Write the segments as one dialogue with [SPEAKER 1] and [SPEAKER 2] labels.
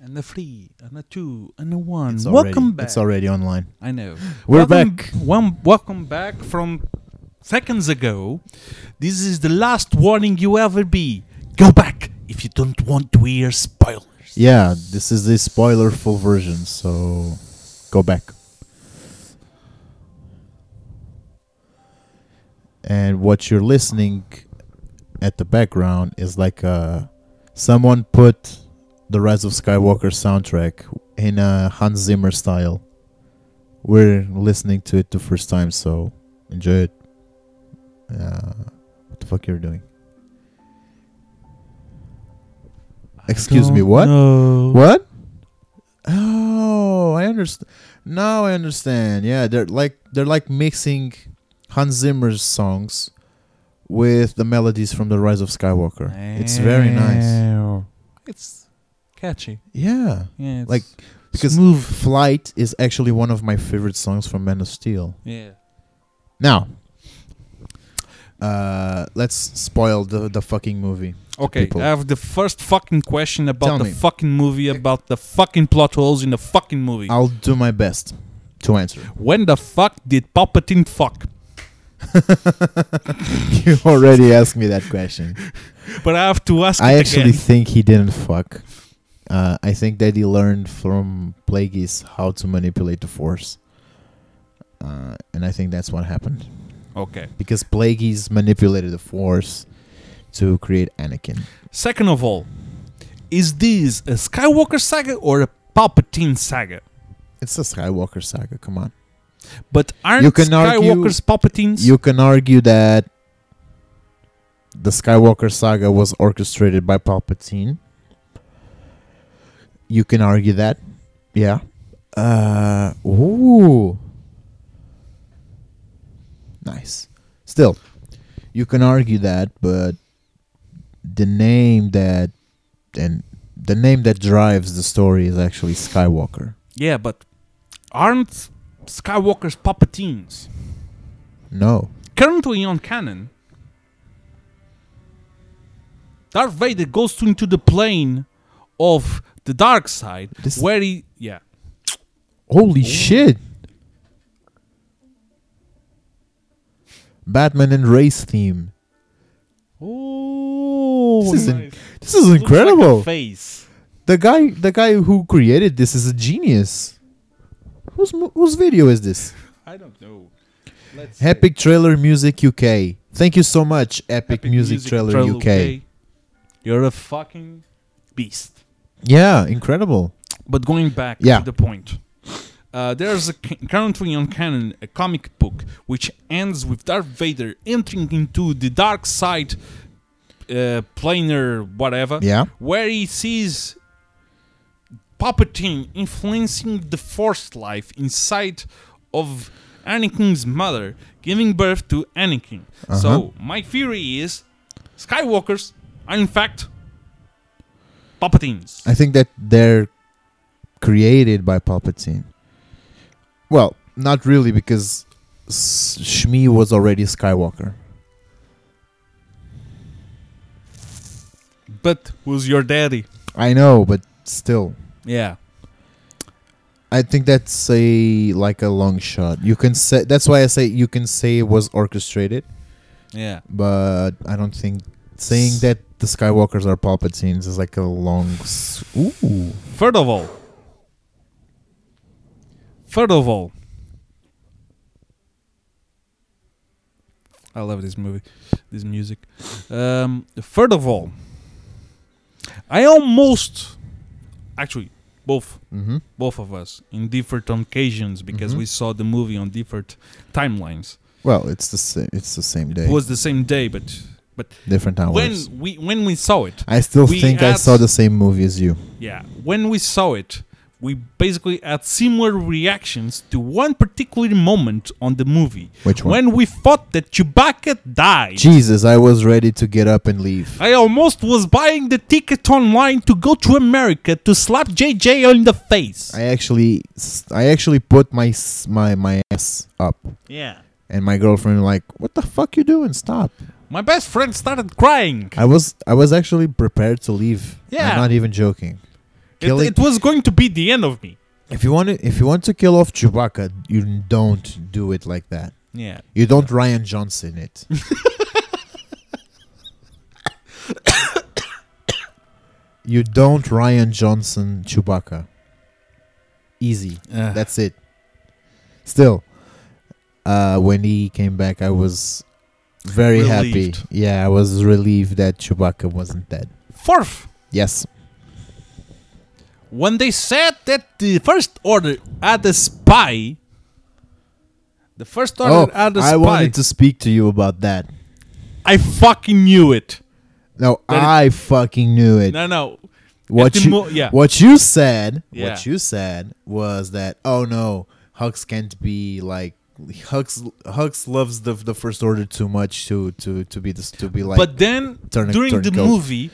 [SPEAKER 1] and the three and the two and the one.
[SPEAKER 2] It's already,
[SPEAKER 1] welcome back.
[SPEAKER 2] It's already online.
[SPEAKER 1] I know.
[SPEAKER 2] We're
[SPEAKER 1] welcome,
[SPEAKER 2] back.
[SPEAKER 1] One, welcome back from seconds ago. This is the last warning you ever be. Go back if you don't want to hear spoilers.
[SPEAKER 2] Yeah, this is the spoiler full version, so go back. And what you're listening at the background is like a someone put the Rise of Skywalker soundtrack in a Hans Zimmer style. We're listening to it the first time, so enjoy it. Uh, what the fuck you're doing? Excuse
[SPEAKER 1] Oh,
[SPEAKER 2] me, what? What? Oh, I understand. Now I understand. Yeah, they're like they're like mixing Hans Zimmer's songs with the melodies from The Rise of Skywalker. It's very nice.
[SPEAKER 1] It's catchy.
[SPEAKER 2] Yeah,
[SPEAKER 1] Yeah. It's
[SPEAKER 2] Like, because
[SPEAKER 1] smooth.
[SPEAKER 2] Flight is actually one of my favorite songs from Man of Steel.
[SPEAKER 1] Yeah.
[SPEAKER 2] Now, uh, let's spoil the the fucking movie.
[SPEAKER 1] Okay,
[SPEAKER 2] people.
[SPEAKER 1] I have the first fucking question about
[SPEAKER 2] Tell
[SPEAKER 1] the
[SPEAKER 2] me.
[SPEAKER 1] fucking movie, about the fucking plot holes in the fucking movie.
[SPEAKER 2] I'll do my best to answer.
[SPEAKER 1] when the fuck did Palpatine fuck?
[SPEAKER 2] you already asked me that question.
[SPEAKER 1] But I have to ask
[SPEAKER 2] I
[SPEAKER 1] it
[SPEAKER 2] actually
[SPEAKER 1] again.
[SPEAKER 2] think he didn't fuck. Uh, I think that he learned from Plagueis how to manipulate the Force, uh, and I think that's what happened
[SPEAKER 1] Okay.
[SPEAKER 2] because Plagueis manipulated the Force to create Anakin.
[SPEAKER 1] Second of all, is this a Skywalker saga or a Palpatine saga?
[SPEAKER 2] It's a Skywalker saga. Come on,
[SPEAKER 1] But aren't
[SPEAKER 2] You can argue-
[SPEAKER 1] Skywalker's Palpatines?
[SPEAKER 2] you can argue that the Skywalker saga was orchestrated by Palpatine. You can argue that, yeah. Uh, ooh, nice. Still, you can argue that, but the name that and the name that drives the story is actually Skywalker.
[SPEAKER 1] yeah, but aren't Skywalker's Palpatines
[SPEAKER 2] No,
[SPEAKER 1] currently on canon? Darth Vader goes to- into the plane of the dark side,
[SPEAKER 2] This-
[SPEAKER 1] where he yeah.
[SPEAKER 2] Holy shit! Batman and race theme.
[SPEAKER 1] Oh,
[SPEAKER 2] This is in- This is incredible.
[SPEAKER 1] face.
[SPEAKER 2] the guy, the guy who created this is a genius. Whose mo- whose video is this?
[SPEAKER 1] I don't know. Let's
[SPEAKER 2] Epic Trailer Music UK. Thank you so much, Epic, Music, Trailer, UK.
[SPEAKER 1] You're a fucking beast.
[SPEAKER 2] Yeah, incredible.
[SPEAKER 1] But going back
[SPEAKER 2] Yeah.
[SPEAKER 1] to the point, uh, there's a c- currently on canon a comic book which ends with Darth Vader entering into the dark side, uh, planar whatever,
[SPEAKER 2] Yeah.
[SPEAKER 1] where he sees Palpatine influencing the Force life inside of Anakin's mother, giving birth to Anakin.
[SPEAKER 2] Uh-huh.
[SPEAKER 1] So my theory is, Skywalker's are in fact Palpatines.
[SPEAKER 2] I think that they're created by Palpatine. Well, not really, because S- Shmi was already Skywalker.
[SPEAKER 1] But who's your daddy?
[SPEAKER 2] I know, but still,
[SPEAKER 1] Yeah.
[SPEAKER 2] I think that's a like a long shot. You can say that's why I say you can say it was orchestrated,
[SPEAKER 1] Yeah.
[SPEAKER 2] but I don't think saying that the Skywalkers are Palpatines is like a long. S- Ooh,
[SPEAKER 1] Third of all. Third of all. I love this movie, this music. Um, third of all, I almost, actually, both,
[SPEAKER 2] mm-hmm.
[SPEAKER 1] both of us, in different occasions because
[SPEAKER 2] Mhm.
[SPEAKER 1] we saw the movie on different timelines.
[SPEAKER 2] Well, it's the same. It's the same day,
[SPEAKER 1] It was the same day, but but
[SPEAKER 2] different hours.
[SPEAKER 1] when we when we saw it,
[SPEAKER 2] I still
[SPEAKER 1] we
[SPEAKER 2] think I
[SPEAKER 1] had-
[SPEAKER 2] saw the same movie as you.
[SPEAKER 1] Yeah, when we saw it, we basically had similar reactions to one particular moment on the movie.
[SPEAKER 2] Which one?
[SPEAKER 1] When we thought that Chewbacca died.
[SPEAKER 2] Jesus, I was ready to get up and leave.
[SPEAKER 1] I almost was buying the ticket online to go to America to slap JJ on the face.
[SPEAKER 2] I actually, s- I actually put my s- my my ass up,
[SPEAKER 1] yeah.
[SPEAKER 2] and my girlfriend like, "What the fuck you doing? Stop!"
[SPEAKER 1] My best friend started crying.
[SPEAKER 2] I was I was actually prepared to leave.
[SPEAKER 1] Yeah.
[SPEAKER 2] I'm not even joking.
[SPEAKER 1] It,
[SPEAKER 2] Killing-
[SPEAKER 1] it was going to be the end of me.
[SPEAKER 2] If you want to, if you want to kill off Chewbacca, you don't do it like that.
[SPEAKER 1] Yeah.
[SPEAKER 2] You don't Ryan Johnson it. you don't Ryan Johnson Chewbacca. Easy.
[SPEAKER 1] Uh,
[SPEAKER 2] That's it. Still, uh, when he came back, I was very
[SPEAKER 1] Relieved.
[SPEAKER 2] happy. Yeah, I was relieved that Chewbacca wasn't dead.
[SPEAKER 1] Fourth,
[SPEAKER 2] Yes.
[SPEAKER 1] when they said that the first order had a spy, the first
[SPEAKER 2] Oh,
[SPEAKER 1] order had a
[SPEAKER 2] I
[SPEAKER 1] spy.
[SPEAKER 2] wanted to speak to you about that.
[SPEAKER 1] I fucking knew it.
[SPEAKER 2] No,
[SPEAKER 1] That it-
[SPEAKER 2] I fucking knew it.
[SPEAKER 1] No, no.
[SPEAKER 2] what
[SPEAKER 1] the
[SPEAKER 2] you
[SPEAKER 1] mo- yeah.
[SPEAKER 2] what you said
[SPEAKER 1] Yeah.
[SPEAKER 2] what you said was that oh no Hux can't be like Hux Hux loves the the first order too much to to to be this to be like
[SPEAKER 1] but then
[SPEAKER 2] turn-
[SPEAKER 1] during
[SPEAKER 2] turn
[SPEAKER 1] the
[SPEAKER 2] coat.
[SPEAKER 1] movie,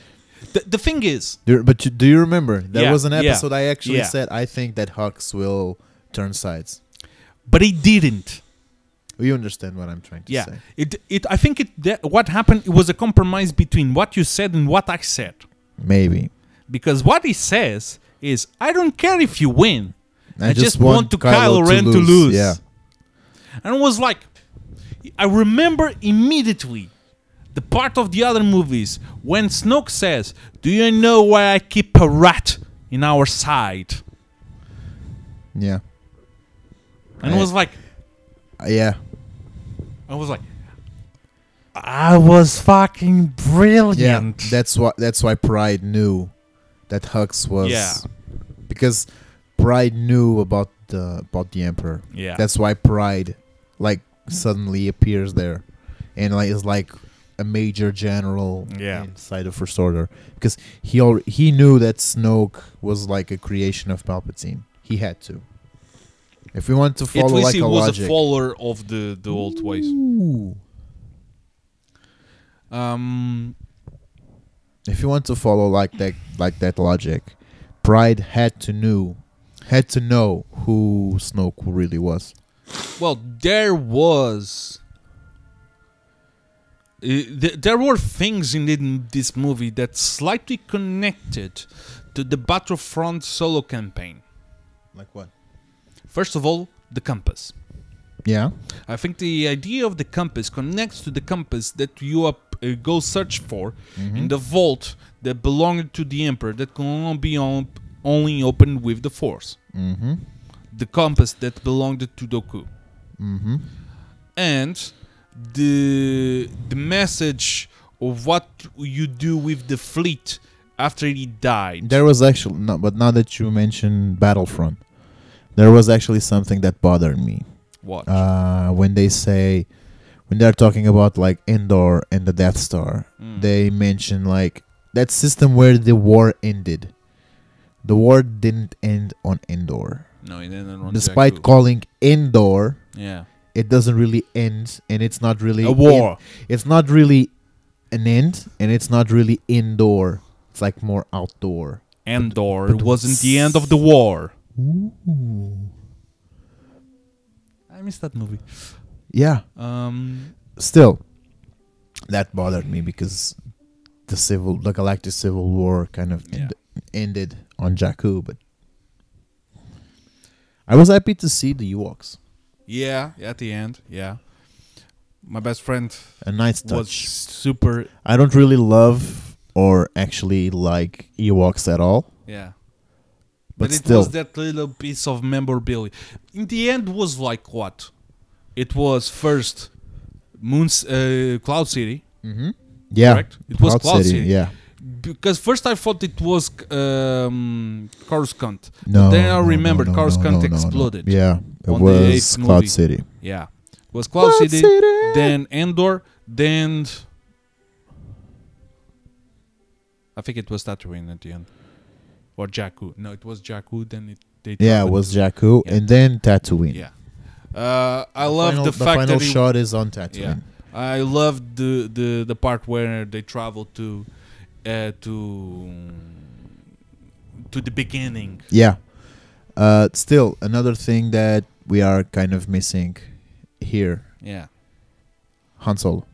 [SPEAKER 1] the, the thing is,
[SPEAKER 2] do, but you, do you remember that
[SPEAKER 1] Yeah,
[SPEAKER 2] was an
[SPEAKER 1] yeah,
[SPEAKER 2] episode I actually
[SPEAKER 1] yeah.
[SPEAKER 2] said I think that Hux will turn sides
[SPEAKER 1] but it didn't.
[SPEAKER 2] you understand what I'm trying to
[SPEAKER 1] Yeah,
[SPEAKER 2] say
[SPEAKER 1] it it. I think it. That what happened? It was a compromise between what you said and what I said.
[SPEAKER 2] maybe
[SPEAKER 1] Because what he says is, I don't care if you win.
[SPEAKER 2] I just want
[SPEAKER 1] to
[SPEAKER 2] Kylo to
[SPEAKER 1] Ren to
[SPEAKER 2] lose,
[SPEAKER 1] lose.
[SPEAKER 2] yeah.
[SPEAKER 1] And it was like, I remember immediately the part of the other movies when Snoke says, Do you know why I keep a rat in our side?
[SPEAKER 2] yeah
[SPEAKER 1] And it was like,
[SPEAKER 2] Uh, yeah
[SPEAKER 1] I was like, I was fucking
[SPEAKER 2] yeah
[SPEAKER 1] brilliant.
[SPEAKER 2] that's why that's why Pride knew that Hux was
[SPEAKER 1] Yeah.
[SPEAKER 2] because Pride knew about the about the Emperor.
[SPEAKER 1] Yeah.
[SPEAKER 2] That's why Pride like suddenly appears there and like is like a major general
[SPEAKER 1] Yeah.
[SPEAKER 2] inside the First Order because he al- he knew that Snoke was like a creation of Palpatine. He had to. If we want to
[SPEAKER 1] At
[SPEAKER 2] follow
[SPEAKER 1] least
[SPEAKER 2] like
[SPEAKER 1] he
[SPEAKER 2] a
[SPEAKER 1] was a
[SPEAKER 2] logic.
[SPEAKER 1] follower of the, the old ways.
[SPEAKER 2] Ooh.
[SPEAKER 1] Um,
[SPEAKER 2] if you want to follow like that like that logic, Pride had to knew had to know who Snoke really was.
[SPEAKER 1] Well, there was. Uh, th- there were things in th- this movie that slightly connected to the Battlefront solo campaign.
[SPEAKER 2] Like what?
[SPEAKER 1] First of all, the compass.
[SPEAKER 2] Yeah.
[SPEAKER 1] I think the idea of the compass connects to the compass that you up, uh, go search for in the vault that belonged to the Emperor that can only be on- only opened with the Force.
[SPEAKER 2] Mm-hmm.
[SPEAKER 1] The compass that belonged to Doku.
[SPEAKER 2] Mm-hmm.
[SPEAKER 1] and the the message of what you do with the fleet after he died.
[SPEAKER 2] There was actually no, but now that you mention Battlefront, there was actually something that bothered me
[SPEAKER 1] what?
[SPEAKER 2] uh, when they say when they're talking about like Endor and the Death Star.
[SPEAKER 1] Mm.
[SPEAKER 2] They mention like that system where the war ended. The war didn't end on Endor,
[SPEAKER 1] no, he didn't run
[SPEAKER 2] despite
[SPEAKER 1] Jakku.
[SPEAKER 2] calling Endor.
[SPEAKER 1] yeah,
[SPEAKER 2] it doesn't really end and it's not really
[SPEAKER 1] a war.
[SPEAKER 2] in- it's not really an end and it's not really indoor it's like more outdoor
[SPEAKER 1] Endor wasn't the end of the war. I missed that movie.
[SPEAKER 2] yeah
[SPEAKER 1] Um,
[SPEAKER 2] still that bothered me because the civil the galactic civil war kind of
[SPEAKER 1] Yeah.
[SPEAKER 2] end, ended on Jakku but I was happy to see the Ewoks
[SPEAKER 1] yeah, at the end, yeah. My best friend
[SPEAKER 2] a nice
[SPEAKER 1] was
[SPEAKER 2] touch
[SPEAKER 1] super.
[SPEAKER 2] I don't really love or actually like Ewoks at all
[SPEAKER 1] Yeah.
[SPEAKER 2] but,
[SPEAKER 1] but it
[SPEAKER 2] still
[SPEAKER 1] was that little piece of memorabilia. In the end, was like what? It was first Moon's uh, Cloud City
[SPEAKER 2] yeah
[SPEAKER 1] correct? It was Cloud City.
[SPEAKER 2] yeah
[SPEAKER 1] because first I thought it was um, Coruscant.
[SPEAKER 2] No.
[SPEAKER 1] then I
[SPEAKER 2] no, no,
[SPEAKER 1] remembered
[SPEAKER 2] no, no,
[SPEAKER 1] Coruscant
[SPEAKER 2] no, no, no.
[SPEAKER 1] exploded.
[SPEAKER 2] Yeah, it
[SPEAKER 1] on the
[SPEAKER 2] was
[SPEAKER 1] eighth
[SPEAKER 2] Cloud
[SPEAKER 1] movie.
[SPEAKER 2] City.
[SPEAKER 1] Yeah. It was Cloud
[SPEAKER 2] Cloud
[SPEAKER 1] City,
[SPEAKER 2] City.
[SPEAKER 1] then Endor, then I think it was Tatooine at the end, or Jakku. No, it was Jakku. Then it they
[SPEAKER 2] Yeah, it
[SPEAKER 1] dropped
[SPEAKER 2] was Jakku
[SPEAKER 1] Yeah.
[SPEAKER 2] and then Tatooine.
[SPEAKER 1] Yeah. Uh, I love
[SPEAKER 2] final,
[SPEAKER 1] the fact
[SPEAKER 2] final
[SPEAKER 1] that it-
[SPEAKER 2] shot is on Tatooine.
[SPEAKER 1] yeah, I love the, the the part where they travel to uh, to to the beginning.
[SPEAKER 2] Yeah. Uh, still, another thing that we are kind of missing here,
[SPEAKER 1] Yeah.
[SPEAKER 2] Han Solo.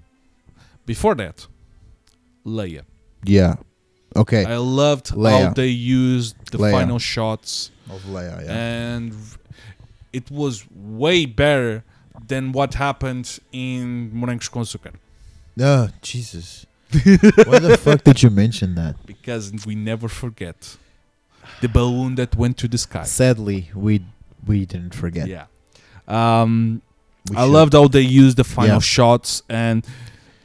[SPEAKER 1] Before that, Leia.
[SPEAKER 2] Yeah. Okay.
[SPEAKER 1] I loved how
[SPEAKER 2] Leia.
[SPEAKER 1] they used the
[SPEAKER 2] Leia.
[SPEAKER 1] final shots,
[SPEAKER 2] Of Leia, yeah.
[SPEAKER 1] and it was way better than what happened in Morangos com Açúcar
[SPEAKER 2] Oh, Jesus. Why the fuck did you mention that?
[SPEAKER 1] because we never forget the balloon that went to the sky.
[SPEAKER 2] Sadly, we we didn't forget.
[SPEAKER 1] Yeah. Um,
[SPEAKER 2] We
[SPEAKER 1] I
[SPEAKER 2] should.
[SPEAKER 1] loved how they used the final
[SPEAKER 2] Yeah.
[SPEAKER 1] shots and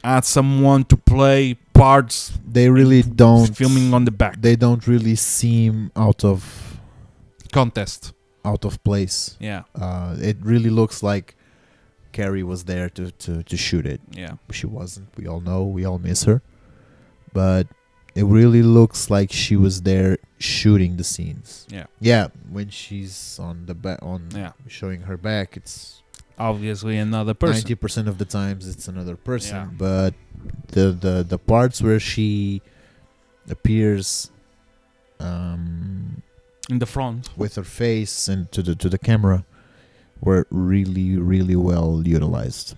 [SPEAKER 1] add someone to play parts
[SPEAKER 2] They really don't.
[SPEAKER 1] filming on the back
[SPEAKER 2] They don't really seem out of
[SPEAKER 1] contest.
[SPEAKER 2] out of place.
[SPEAKER 1] Yeah,
[SPEAKER 2] Uh, it really looks like Carrie was there to, to, to shoot it.
[SPEAKER 1] yeah,
[SPEAKER 2] She wasn't. We all know. We all miss her. But it really looks like she was there shooting the scenes.
[SPEAKER 1] Yeah.
[SPEAKER 2] Yeah. When she's on the back on
[SPEAKER 1] yeah.
[SPEAKER 2] showing her back, it's
[SPEAKER 1] Obviously, another person.
[SPEAKER 2] Ninety percent of the times it's another person,
[SPEAKER 1] Yeah.
[SPEAKER 2] but the, the the parts where she appears um,
[SPEAKER 1] in the front.
[SPEAKER 2] with her face and to the to the camera were really really well utilized,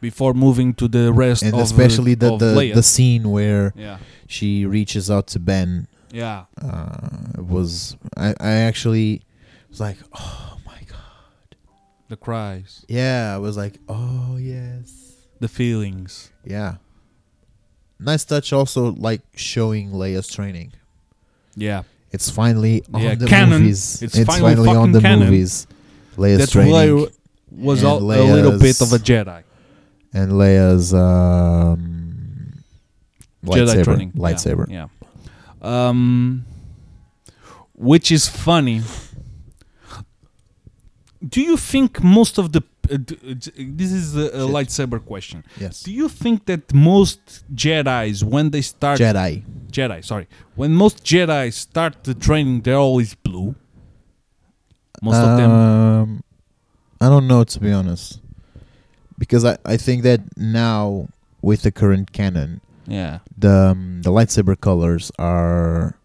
[SPEAKER 1] Before moving to the rest
[SPEAKER 2] and
[SPEAKER 1] of
[SPEAKER 2] especially the
[SPEAKER 1] of
[SPEAKER 2] the,
[SPEAKER 1] Leia.
[SPEAKER 2] the scene where
[SPEAKER 1] yeah,
[SPEAKER 2] she reaches out to Ben
[SPEAKER 1] yeah,
[SPEAKER 2] uh, was I, I actually was like oh my god
[SPEAKER 1] the cries,
[SPEAKER 2] yeah I was like oh yes
[SPEAKER 1] the feelings.
[SPEAKER 2] Yeah. Nice touch also like showing Leia's training.
[SPEAKER 1] Yeah,
[SPEAKER 2] It's finally on
[SPEAKER 1] Yeah,
[SPEAKER 2] the
[SPEAKER 1] canon.
[SPEAKER 2] movies.
[SPEAKER 1] It's finally
[SPEAKER 2] on
[SPEAKER 1] fucking
[SPEAKER 2] the
[SPEAKER 1] canon.
[SPEAKER 2] movies. Leia's
[SPEAKER 1] that's
[SPEAKER 2] training
[SPEAKER 1] Leia was
[SPEAKER 2] and
[SPEAKER 1] all, a little bit
[SPEAKER 2] Leia's-
[SPEAKER 1] of a Jedi.
[SPEAKER 2] and Leia's um
[SPEAKER 1] Jedi
[SPEAKER 2] lightsaber.
[SPEAKER 1] training. Yeah,
[SPEAKER 2] Lightsaber.
[SPEAKER 1] Yeah. Um, which is funny. Do you think most of the uh, d- uh, j- this is a, a
[SPEAKER 2] Shit.
[SPEAKER 1] lightsaber question?
[SPEAKER 2] Yes.
[SPEAKER 1] Do you think that most Jedi's when they start
[SPEAKER 2] Jedi.
[SPEAKER 1] Jedi, sorry, when most Jedi start the training, they're always blue. Most of them.
[SPEAKER 2] Um, I don't know to be honest. Because I, I think that now with the current canon,
[SPEAKER 1] Yeah.
[SPEAKER 2] the um, the lightsaber colors are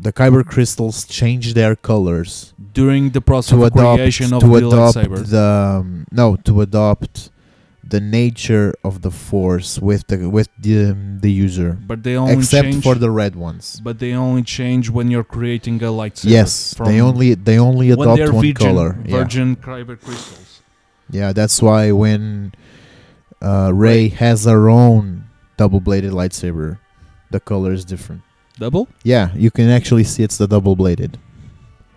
[SPEAKER 2] the kyber crystals change their colors
[SPEAKER 1] During the process
[SPEAKER 2] to
[SPEAKER 1] of
[SPEAKER 2] adopt
[SPEAKER 1] creation of
[SPEAKER 2] to
[SPEAKER 1] the
[SPEAKER 2] adopt
[SPEAKER 1] lightsaber.
[SPEAKER 2] the um, no to adopt the nature of the force with the with the um, the user
[SPEAKER 1] but they only
[SPEAKER 2] except
[SPEAKER 1] change
[SPEAKER 2] for the red ones
[SPEAKER 1] But they only change when you're creating a lightsaber.
[SPEAKER 2] yes
[SPEAKER 1] from
[SPEAKER 2] they only they only
[SPEAKER 1] when
[SPEAKER 2] adopt
[SPEAKER 1] they're
[SPEAKER 2] one
[SPEAKER 1] virgin,
[SPEAKER 2] color yeah
[SPEAKER 1] Virgin kyber crystals.
[SPEAKER 2] yeah that's why when uh, ray has her own double-bladed lightsaber the color is different
[SPEAKER 1] Double?
[SPEAKER 2] Yeah, you can actually see it's the double bladed.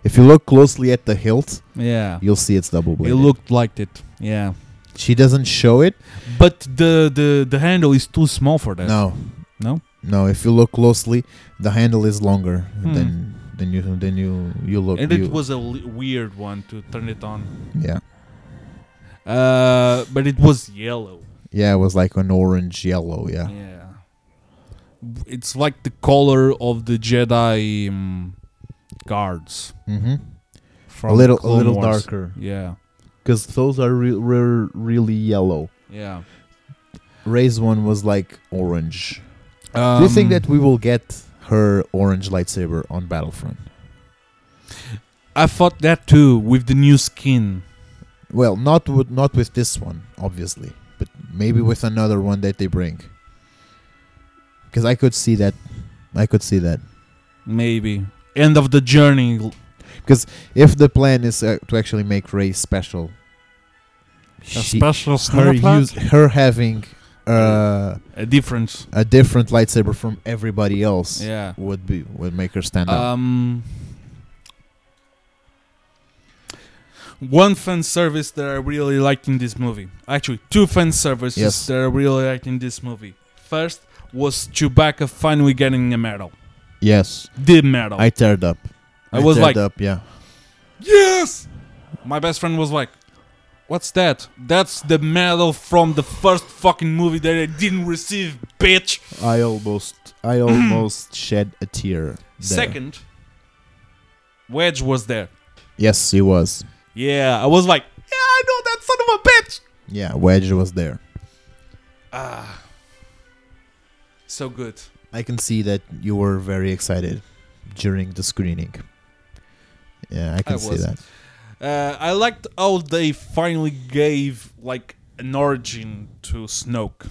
[SPEAKER 2] If you look closely at the hilt,
[SPEAKER 1] Yeah.
[SPEAKER 2] you'll see it's double
[SPEAKER 1] It
[SPEAKER 2] bladed.
[SPEAKER 1] looked like it. Yeah.
[SPEAKER 2] she doesn't show it.
[SPEAKER 1] But the, the the handle is too small for that.
[SPEAKER 2] No,
[SPEAKER 1] No?
[SPEAKER 2] no. If you look closely, the handle is longer
[SPEAKER 1] Hmm.
[SPEAKER 2] than than you than you you look.
[SPEAKER 1] and
[SPEAKER 2] you,
[SPEAKER 1] it was a li- weird one to turn it on.
[SPEAKER 2] yeah,
[SPEAKER 1] Uh, but it was yellow.
[SPEAKER 2] yeah. It was like an orange yellow. Yeah,
[SPEAKER 1] Yeah. It's like the color of the Jedi um, guards.
[SPEAKER 2] hmm
[SPEAKER 1] From
[SPEAKER 2] a little a
[SPEAKER 1] Clone
[SPEAKER 2] little
[SPEAKER 1] Wars.
[SPEAKER 2] darker
[SPEAKER 1] Yeah.
[SPEAKER 2] because those are re- re- really yellow.
[SPEAKER 1] Yeah.
[SPEAKER 2] Ray's one was like orange. Do you think
[SPEAKER 1] Um,
[SPEAKER 2] that we will get her orange lightsaber on Battlefront?
[SPEAKER 1] I thought that too with the new skin.
[SPEAKER 2] Well, not with not with this one, obviously, but maybe with another one that they bring. Because I could see that, I could see that.
[SPEAKER 1] Maybe. End of the journey. l-
[SPEAKER 2] If the plan is uh, to actually make Ray special,
[SPEAKER 1] A
[SPEAKER 2] she-
[SPEAKER 1] special
[SPEAKER 2] her
[SPEAKER 1] snap
[SPEAKER 2] use, her having uh,
[SPEAKER 1] A difference.
[SPEAKER 2] a different lightsaber from everybody else
[SPEAKER 1] Yeah.
[SPEAKER 2] would be would make her stand out.
[SPEAKER 1] Um. One fan service that I really liked in this movie. Actually, two fan services
[SPEAKER 2] Yes.
[SPEAKER 1] that I really liked in this movie. First was Chewbacca finally getting a medal.
[SPEAKER 2] Yes,
[SPEAKER 1] The medal.
[SPEAKER 2] I teared up.
[SPEAKER 1] oh. I was
[SPEAKER 2] teared
[SPEAKER 1] like-
[SPEAKER 2] up, yeah,
[SPEAKER 1] yes! My best friend was like, What's that? That's the medal from the first fucking movie that I didn't receive, bitch!
[SPEAKER 2] I almost, I almost shed a tear. there.
[SPEAKER 1] Second, Wedge was there.
[SPEAKER 2] yes, he was.
[SPEAKER 1] Yeah, I was like, yeah, I know that son of a bitch.
[SPEAKER 2] Yeah, Wedge was there.
[SPEAKER 1] Ah, so good.
[SPEAKER 2] I can see that you were very excited during the screening. Yeah, I can see
[SPEAKER 1] was.
[SPEAKER 2] that.
[SPEAKER 1] Uh, I liked how they finally gave like an origin to Snoke.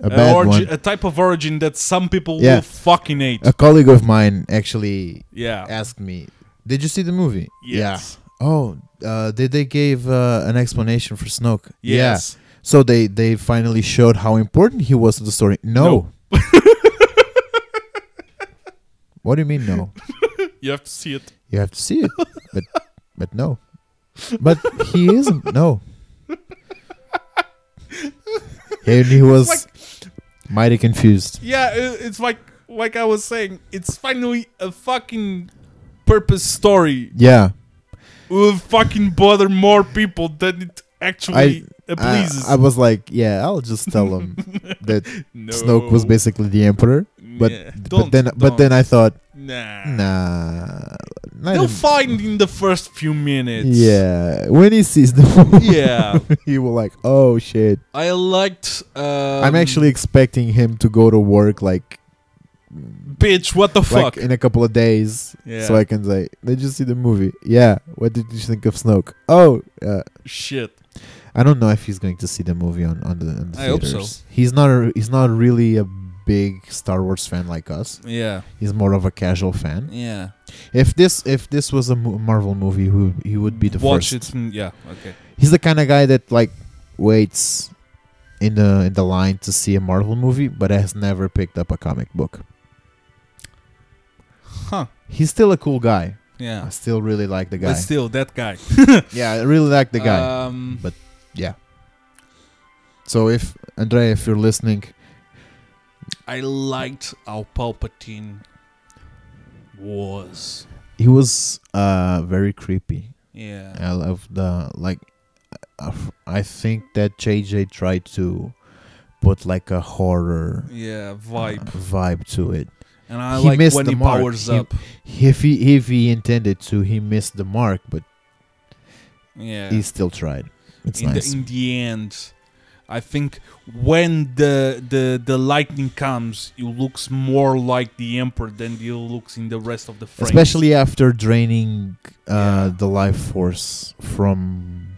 [SPEAKER 2] a
[SPEAKER 1] A
[SPEAKER 2] bad
[SPEAKER 1] orgi-
[SPEAKER 2] one.
[SPEAKER 1] a type of origin that some people
[SPEAKER 2] Yeah.
[SPEAKER 1] will fucking hate.
[SPEAKER 2] A colleague of mine actually
[SPEAKER 1] yeah.
[SPEAKER 2] asked me, "Did you see the movie?"
[SPEAKER 1] Yes.
[SPEAKER 2] Yeah. Oh, uh, they they gave uh, an explanation for Snoke.
[SPEAKER 1] Yes.
[SPEAKER 2] Yeah. So they they finally showed how important he was to the story. No. what do you mean no?
[SPEAKER 1] You have to see it.
[SPEAKER 2] You have to see it, but but no. But he isn't. No. And he was mighty confused.
[SPEAKER 1] Yeah, i- it's like like I was saying, it's finally a fucking purpose story.
[SPEAKER 2] Yeah.
[SPEAKER 1] Will fucking bother more people than it actually uh,
[SPEAKER 2] I,
[SPEAKER 1] pleases.
[SPEAKER 2] I was like, yeah, I'll just tell him that
[SPEAKER 1] no.
[SPEAKER 2] Snoke was basically the emperor. But
[SPEAKER 1] Yeah.
[SPEAKER 2] but
[SPEAKER 1] Don't-
[SPEAKER 2] then but
[SPEAKER 1] don't.
[SPEAKER 2] then I thought,
[SPEAKER 1] nah.
[SPEAKER 2] nah. let
[SPEAKER 1] They'll
[SPEAKER 2] him-
[SPEAKER 1] find in the first few minutes.
[SPEAKER 2] yeah, when he sees the movie,
[SPEAKER 1] Yeah.
[SPEAKER 2] he will like, oh shit.
[SPEAKER 1] I liked. Um,
[SPEAKER 2] I'm actually expecting him to go to work like,
[SPEAKER 1] um, Bitch, what the
[SPEAKER 2] like uh,
[SPEAKER 1] fuck?
[SPEAKER 2] in a couple of days,
[SPEAKER 1] yeah.
[SPEAKER 2] so I can say, did you see the movie? Yeah. What did you think of Snoke? Oh, uh,
[SPEAKER 1] Shit.
[SPEAKER 2] I don't know if he's going to see the movie on on the, on the
[SPEAKER 1] I hope so.
[SPEAKER 2] theaters. He's not a, he's not really a big Star Wars fan like us.
[SPEAKER 1] Yeah.
[SPEAKER 2] He's more of a casual fan.
[SPEAKER 1] Yeah.
[SPEAKER 2] If this if this was a mo- Marvel movie, he would, he would be the
[SPEAKER 1] Watch
[SPEAKER 2] first.
[SPEAKER 1] it. And, yeah. Okay.
[SPEAKER 2] He's the kind of guy that like waits in the in the line to see a Marvel movie, but has never picked up a comic book.
[SPEAKER 1] Huh.
[SPEAKER 2] He's still a cool guy. I
[SPEAKER 1] Yeah.
[SPEAKER 2] still really like the guy.
[SPEAKER 1] But still, that guy.
[SPEAKER 2] yeah, I really like the guy.
[SPEAKER 1] Um,
[SPEAKER 2] But- so if Andrea, if you're listening,
[SPEAKER 1] I liked how Palpatine was.
[SPEAKER 2] he was uh very creepy.
[SPEAKER 1] Yeah.
[SPEAKER 2] I love the like. I- I f- I think that JJ tried to put like a horror
[SPEAKER 1] Yeah.
[SPEAKER 2] uh,
[SPEAKER 1] Vibe.
[SPEAKER 2] vibe to it.
[SPEAKER 1] And I
[SPEAKER 2] he
[SPEAKER 1] like
[SPEAKER 2] missed
[SPEAKER 1] when
[SPEAKER 2] the
[SPEAKER 1] he
[SPEAKER 2] mark.
[SPEAKER 1] powers
[SPEAKER 2] He-
[SPEAKER 1] up.
[SPEAKER 2] If he if he intended to, he missed the mark, but
[SPEAKER 1] Yeah.
[SPEAKER 2] he still tried. It's
[SPEAKER 1] in,
[SPEAKER 2] nice.
[SPEAKER 1] the, in the end, I think when the the the lightning comes, it looks more like the emperor than it looks in the rest of the frame.
[SPEAKER 2] Especially after draining
[SPEAKER 1] Yeah.
[SPEAKER 2] uh, the life force from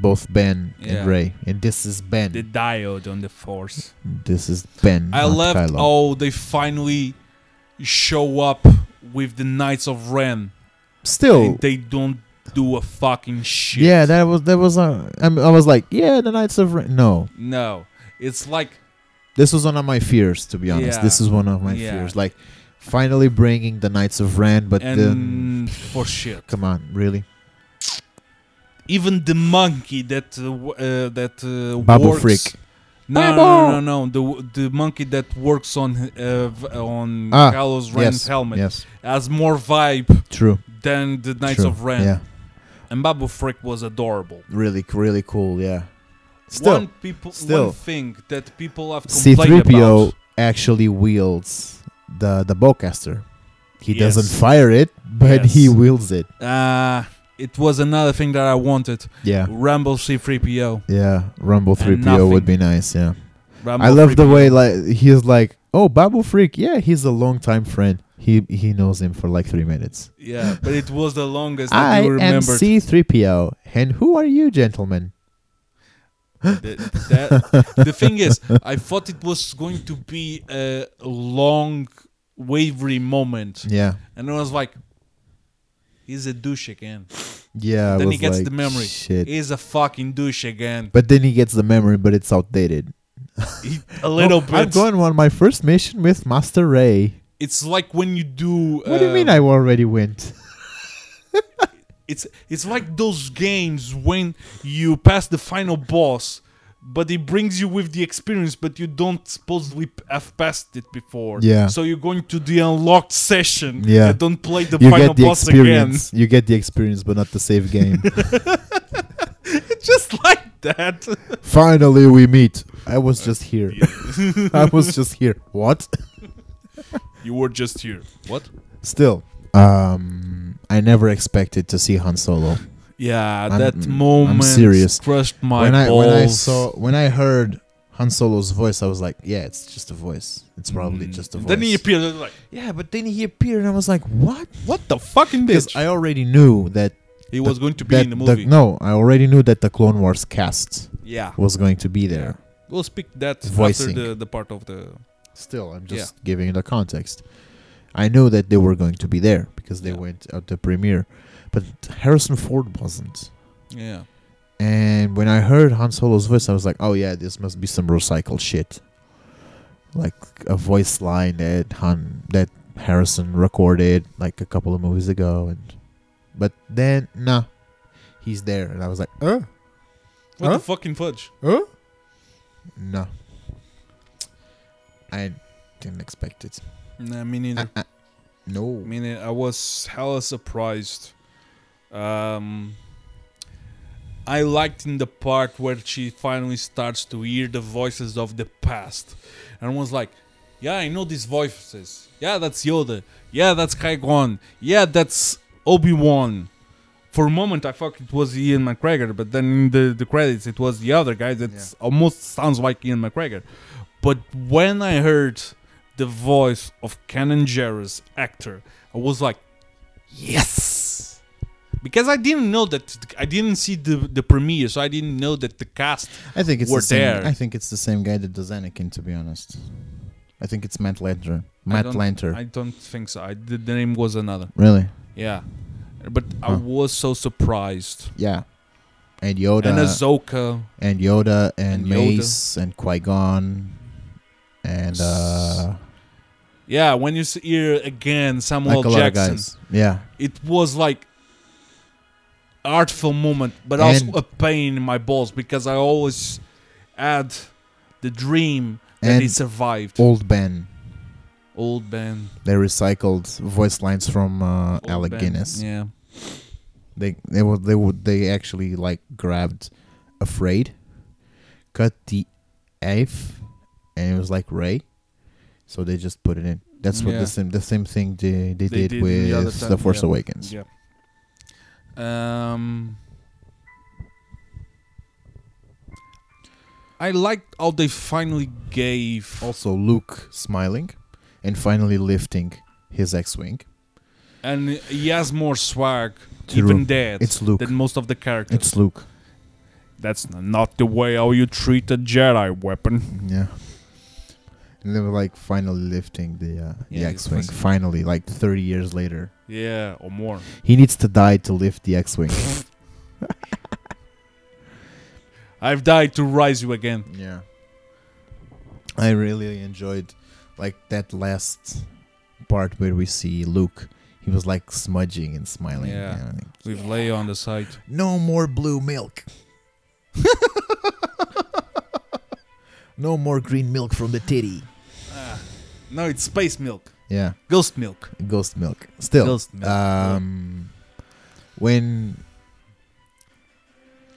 [SPEAKER 2] both Ben
[SPEAKER 1] Yeah.
[SPEAKER 2] and Ray, and this is Ben.
[SPEAKER 1] the diode on the force.
[SPEAKER 2] this is Ben.
[SPEAKER 1] I
[SPEAKER 2] not
[SPEAKER 1] loved
[SPEAKER 2] Kylo.
[SPEAKER 1] how they finally show up with the Knights of Ren.
[SPEAKER 2] Still,
[SPEAKER 1] And they don't do a fucking shit.
[SPEAKER 2] yeah, that was that was. Uh, I, mean, I was like, yeah, the Knights of Ren. No,
[SPEAKER 1] no, it's like
[SPEAKER 2] this was one of my fears to be honest
[SPEAKER 1] Yeah.
[SPEAKER 2] this is one of my
[SPEAKER 1] Yeah.
[SPEAKER 2] fears like finally bringing the knights of ren but then
[SPEAKER 1] and for shit.
[SPEAKER 2] come on really
[SPEAKER 1] Even the monkey that uh, w- uh, that uh,
[SPEAKER 2] Babu
[SPEAKER 1] works.
[SPEAKER 2] Freak.
[SPEAKER 1] No,
[SPEAKER 2] Babu!
[SPEAKER 1] no, no, no, no. The w- the monkey that works on uh, v- on
[SPEAKER 2] Ah,
[SPEAKER 1] Carlos Ren's
[SPEAKER 2] yes,
[SPEAKER 1] helmet
[SPEAKER 2] yes
[SPEAKER 1] has more vibe
[SPEAKER 2] true
[SPEAKER 1] than the Knights
[SPEAKER 2] true.
[SPEAKER 1] of Ren.
[SPEAKER 2] yeah
[SPEAKER 1] And Babu Frick was adorable.
[SPEAKER 2] really c- really cool yeah still
[SPEAKER 1] one people,
[SPEAKER 2] still.
[SPEAKER 1] one thing that people have complained
[SPEAKER 2] c3po
[SPEAKER 1] about.
[SPEAKER 2] actually wields the the bowcaster he
[SPEAKER 1] Yes.
[SPEAKER 2] doesn't fire it but he
[SPEAKER 1] Yes.
[SPEAKER 2] wields it
[SPEAKER 1] Uh, it was another thing that I wanted.
[SPEAKER 2] yeah
[SPEAKER 1] Rumble C3PO.
[SPEAKER 2] yeah rumble
[SPEAKER 1] And
[SPEAKER 2] 3po would
[SPEAKER 1] nothing.
[SPEAKER 2] be nice yeah
[SPEAKER 1] Rumble
[SPEAKER 2] i love the
[SPEAKER 1] 3PO.
[SPEAKER 2] way like he's like oh babu freak yeah he's a longtime friend he he knows him for like three minutes
[SPEAKER 1] Yeah, but it was the longest
[SPEAKER 2] I
[SPEAKER 1] that you
[SPEAKER 2] am
[SPEAKER 1] remembered.
[SPEAKER 2] C3PO, and who are you, gentlemen?
[SPEAKER 1] the, that- the thing is, I thought it was going to be a long, wavery moment,
[SPEAKER 2] Yeah.
[SPEAKER 1] and I was like, "He's a douche again.
[SPEAKER 2] Yeah. I
[SPEAKER 1] Then he
[SPEAKER 2] was
[SPEAKER 1] gets
[SPEAKER 2] like,
[SPEAKER 1] the memory.
[SPEAKER 2] Shit.
[SPEAKER 1] He's a fucking douche again.
[SPEAKER 2] But then he gets the memory, but it's outdated.
[SPEAKER 1] He- a little
[SPEAKER 2] Oh,
[SPEAKER 1] bit.
[SPEAKER 2] I'm going on my first mission with Master Ray.
[SPEAKER 1] It's like when you do.
[SPEAKER 2] What do you
[SPEAKER 1] uh,
[SPEAKER 2] mean I already went?
[SPEAKER 1] It's it's like those games when you pass the final boss, but it brings you with the experience, but you don't supposedly p- have passed it before.
[SPEAKER 2] Yeah.
[SPEAKER 1] So you're going to the unlocked session.
[SPEAKER 2] Yeah.
[SPEAKER 1] and don't play the
[SPEAKER 2] You
[SPEAKER 1] final
[SPEAKER 2] get the
[SPEAKER 1] boss again.
[SPEAKER 2] experience. You get the experience, but not the save game.
[SPEAKER 1] Just like that.
[SPEAKER 2] Finally, we meet. I
[SPEAKER 1] Uh,
[SPEAKER 2] was just here. I was just here. What?
[SPEAKER 1] you were just here. What?
[SPEAKER 2] Still, um, I never expected to see Han Solo.
[SPEAKER 1] Yeah,
[SPEAKER 2] I'm-
[SPEAKER 1] that
[SPEAKER 2] I'm
[SPEAKER 1] moment
[SPEAKER 2] serious.
[SPEAKER 1] crushed my
[SPEAKER 2] when I
[SPEAKER 1] balls.
[SPEAKER 2] when I saw when I heard Han Solo's voice, I was like, yeah, it's just a voice. It's probably
[SPEAKER 1] Mm.
[SPEAKER 2] just a voice.
[SPEAKER 1] Then he appeared like,
[SPEAKER 2] yeah, but then he appeared, and I was like, what?
[SPEAKER 1] what the fucking
[SPEAKER 2] Because
[SPEAKER 1] bitch?
[SPEAKER 2] I already knew that
[SPEAKER 1] he was going to be
[SPEAKER 2] that
[SPEAKER 1] in the movie.
[SPEAKER 2] no, I already knew that the Clone Wars cast
[SPEAKER 1] Yeah.
[SPEAKER 2] was going to be there.
[SPEAKER 1] We'll speak that
[SPEAKER 2] Voicing.
[SPEAKER 1] after the, the part of the.
[SPEAKER 2] Still, I'm
[SPEAKER 1] Yeah.
[SPEAKER 2] just giving you the context. I knew that they were going to be there because they
[SPEAKER 1] Yeah.
[SPEAKER 2] went at the premiere, but Harrison Ford wasn't.
[SPEAKER 1] Yeah.
[SPEAKER 2] And when I heard Han Solo's voice, I was like, "Oh yeah, this must be some recycled shit." Like a voice line that Han that Harrison recorded like a couple of movies ago, and but then nah, he's there, and I was like, "Uh,
[SPEAKER 1] What
[SPEAKER 2] Huh?
[SPEAKER 1] the fucking fudge?
[SPEAKER 2] Huh? No. I didn't expect it.
[SPEAKER 1] Nah, me neither.
[SPEAKER 2] Uh, uh, no.
[SPEAKER 1] I mean, I was hella surprised. Um, I liked in the part where she finally starts to hear the voices of the past, and was like, "Yeah, I know these voices. Yeah, that's Yoda. Yeah, that's Kai Gon. Yeah, that's Obi Wan." For a moment, I thought it was Ian McGregor, but then in the, the credits, it was the other guy that
[SPEAKER 2] Yeah.
[SPEAKER 1] almost sounds like Ian McGregor. But when I heard the voice of Canon Jarrus actor, I was like, yes, because I didn't know that I didn't see the the premiere, so I didn't know that the cast.
[SPEAKER 2] I think it's
[SPEAKER 1] We're
[SPEAKER 2] the same,
[SPEAKER 1] there.
[SPEAKER 2] I think it's the same guy that does Anakin. To be honest, I think it's Matt Lanter.
[SPEAKER 1] I
[SPEAKER 2] Matt
[SPEAKER 1] don't-
[SPEAKER 2] Lanter.
[SPEAKER 1] I don't think so. I, the, the name was another.
[SPEAKER 2] really?
[SPEAKER 1] Yeah, but I
[SPEAKER 2] Huh.
[SPEAKER 1] was so surprised.
[SPEAKER 2] Yeah. And Yoda.
[SPEAKER 1] And
[SPEAKER 2] And,
[SPEAKER 1] Azoka,
[SPEAKER 2] Yoda and,
[SPEAKER 1] And Yoda.
[SPEAKER 2] Mace and Qui Gon. And uh,
[SPEAKER 1] yeah, when you s- hear again Samuel
[SPEAKER 2] like a lot of
[SPEAKER 1] Jackson,
[SPEAKER 2] guys. Yeah.
[SPEAKER 1] it was like artful moment but also
[SPEAKER 2] And-
[SPEAKER 1] a pain in my balls because i always had the dream that
[SPEAKER 2] And-
[SPEAKER 1] he survived
[SPEAKER 2] Old Ben.
[SPEAKER 1] old ben
[SPEAKER 2] They recycled voice lines from uh,
[SPEAKER 1] old
[SPEAKER 2] Alec
[SPEAKER 1] Ben,
[SPEAKER 2] Guinness.
[SPEAKER 1] yeah
[SPEAKER 2] They they were they would they actually like grabbed afraid, cut the F, and it was like Ray, so they just put it in. That's what
[SPEAKER 1] Yeah.
[SPEAKER 2] the same the same thing they they,
[SPEAKER 1] They
[SPEAKER 2] did,
[SPEAKER 1] did
[SPEAKER 2] with
[SPEAKER 1] the other
[SPEAKER 2] the,
[SPEAKER 1] time,
[SPEAKER 2] Force
[SPEAKER 1] yeah.
[SPEAKER 2] Awakens.
[SPEAKER 1] yeah um i liked how they finally gave
[SPEAKER 2] Also, Luke smiling, and finally lifting his X-wing.
[SPEAKER 1] and he has more swag
[SPEAKER 2] True.
[SPEAKER 1] even dead
[SPEAKER 2] It's Luke.
[SPEAKER 1] than most of the characters
[SPEAKER 2] It's Luke.
[SPEAKER 1] that's n- not the way how you treat a jedi weapon
[SPEAKER 2] Yeah. And they were like finally lifting the uh, the
[SPEAKER 1] Yeah, the
[SPEAKER 2] X-wing.
[SPEAKER 1] first-
[SPEAKER 2] Finally, like thirty years later,
[SPEAKER 1] Yeah, or more.
[SPEAKER 2] he needs to die to lift the X-wing.
[SPEAKER 1] I've died to rise you again.
[SPEAKER 2] Yeah. I really enjoyed like that last part where we see Luke. He was like smudging and smiling.
[SPEAKER 1] Yeah.
[SPEAKER 2] and I think,
[SPEAKER 1] With Leia on the side.
[SPEAKER 2] No more blue milk. no more green milk from the titty.
[SPEAKER 1] No, it's space milk.
[SPEAKER 2] Yeah,
[SPEAKER 1] Ghost milk.
[SPEAKER 2] ghost milk. Still.
[SPEAKER 1] Ghost milk.
[SPEAKER 2] Um when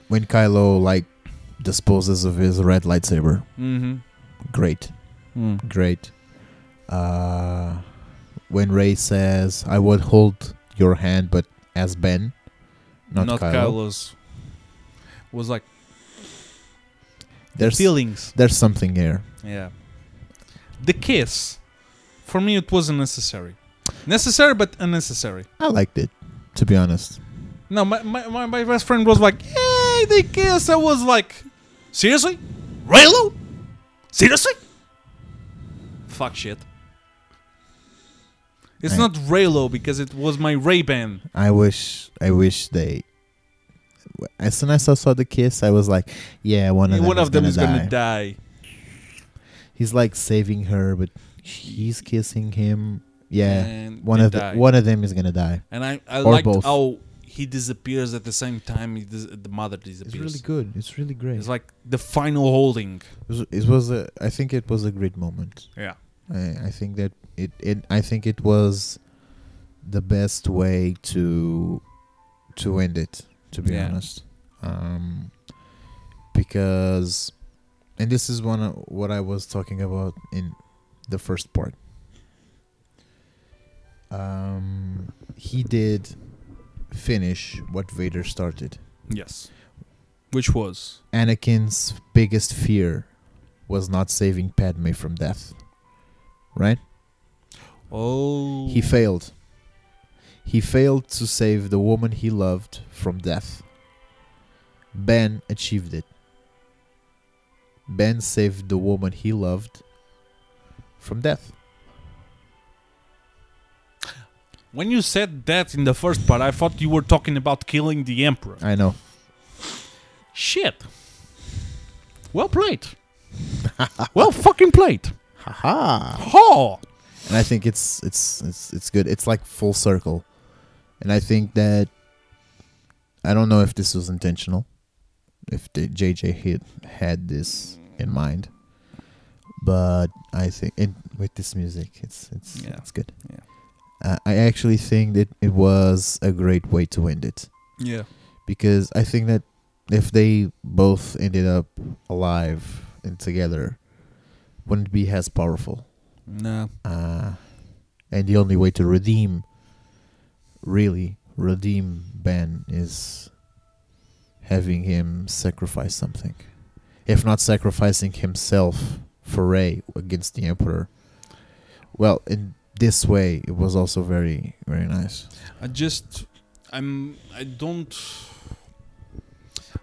[SPEAKER 2] when Kylo like disposes of his red lightsaber.
[SPEAKER 1] Mm-hmm.
[SPEAKER 2] Great. Hmm.
[SPEAKER 1] Mm.
[SPEAKER 2] great. Uh, when Ray says, "I would hold your hand, but as Ben, not, Kylo."
[SPEAKER 1] Kylo's. Was like
[SPEAKER 2] There's
[SPEAKER 1] feelings.
[SPEAKER 2] there's something here.
[SPEAKER 1] Yeah. The kiss. For me, it wasn't necessary. Necessary, but unnecessary.
[SPEAKER 2] I liked it, to be honest.
[SPEAKER 1] No, my, my, my, my best friend was like, hey, they kiss. I was like, seriously? Raylo? Seriously? Fuck shit. It's
[SPEAKER 2] I-
[SPEAKER 1] not Raylo because it was my Ray-Ban.
[SPEAKER 2] I wish I wish they. As soon as I saw the kiss, I was like, "Yeah, one of them,
[SPEAKER 1] One
[SPEAKER 2] is,
[SPEAKER 1] of them
[SPEAKER 2] gonna
[SPEAKER 1] is going to
[SPEAKER 2] die.
[SPEAKER 1] die.
[SPEAKER 2] He's like saving her, but he's kissing him. Yeah,
[SPEAKER 1] And
[SPEAKER 2] one
[SPEAKER 1] they
[SPEAKER 2] of the,
[SPEAKER 1] die.
[SPEAKER 2] one of them is gonna die.
[SPEAKER 1] And I, I
[SPEAKER 2] or
[SPEAKER 1] liked
[SPEAKER 2] both.
[SPEAKER 1] how he disappears at the same time he dis- the mother disappears.
[SPEAKER 2] It's really good. It's really great.
[SPEAKER 1] It's like the final holding.
[SPEAKER 2] it was, it was a, I think it was a great moment.
[SPEAKER 1] Yeah.
[SPEAKER 2] I, I think that it, it I think it was the best way to to end it to be
[SPEAKER 1] Yeah.
[SPEAKER 2] honest um, because and this is one of what I was talking about in the first part um, he did finish what Vader started
[SPEAKER 1] Yes. Which was?
[SPEAKER 2] Anakin's biggest fear was not saving Padme from death right
[SPEAKER 1] Oh.
[SPEAKER 2] He failed. He failed to save the woman he loved from death. Ben achieved it. Ben saved the woman he loved from death.
[SPEAKER 1] When you said that in the first part, I thought you were talking about killing the emperor.
[SPEAKER 2] I know.
[SPEAKER 1] Shit. Well played. well fucking played.
[SPEAKER 2] Haha.
[SPEAKER 1] Ho!
[SPEAKER 2] And I think it's it's it's it's good. It's like full circle. And I think that I don't know if this was intentional. If the JJ hit had this in mind. But I think it, with this music it's it's
[SPEAKER 1] Yeah.
[SPEAKER 2] it's good.
[SPEAKER 1] Yeah.
[SPEAKER 2] Uh, I actually think that it was a great way to end it.
[SPEAKER 1] Yeah.
[SPEAKER 2] because I think that if they both ended up alive and together, wouldn't be as powerful.
[SPEAKER 1] No.
[SPEAKER 2] Uh, and the only way to redeem, really redeem Ben, is having him sacrifice something. If not sacrificing himself for Ray against the Emperor. Well, in this way, it was also very, very nice.
[SPEAKER 1] I just I'm I don't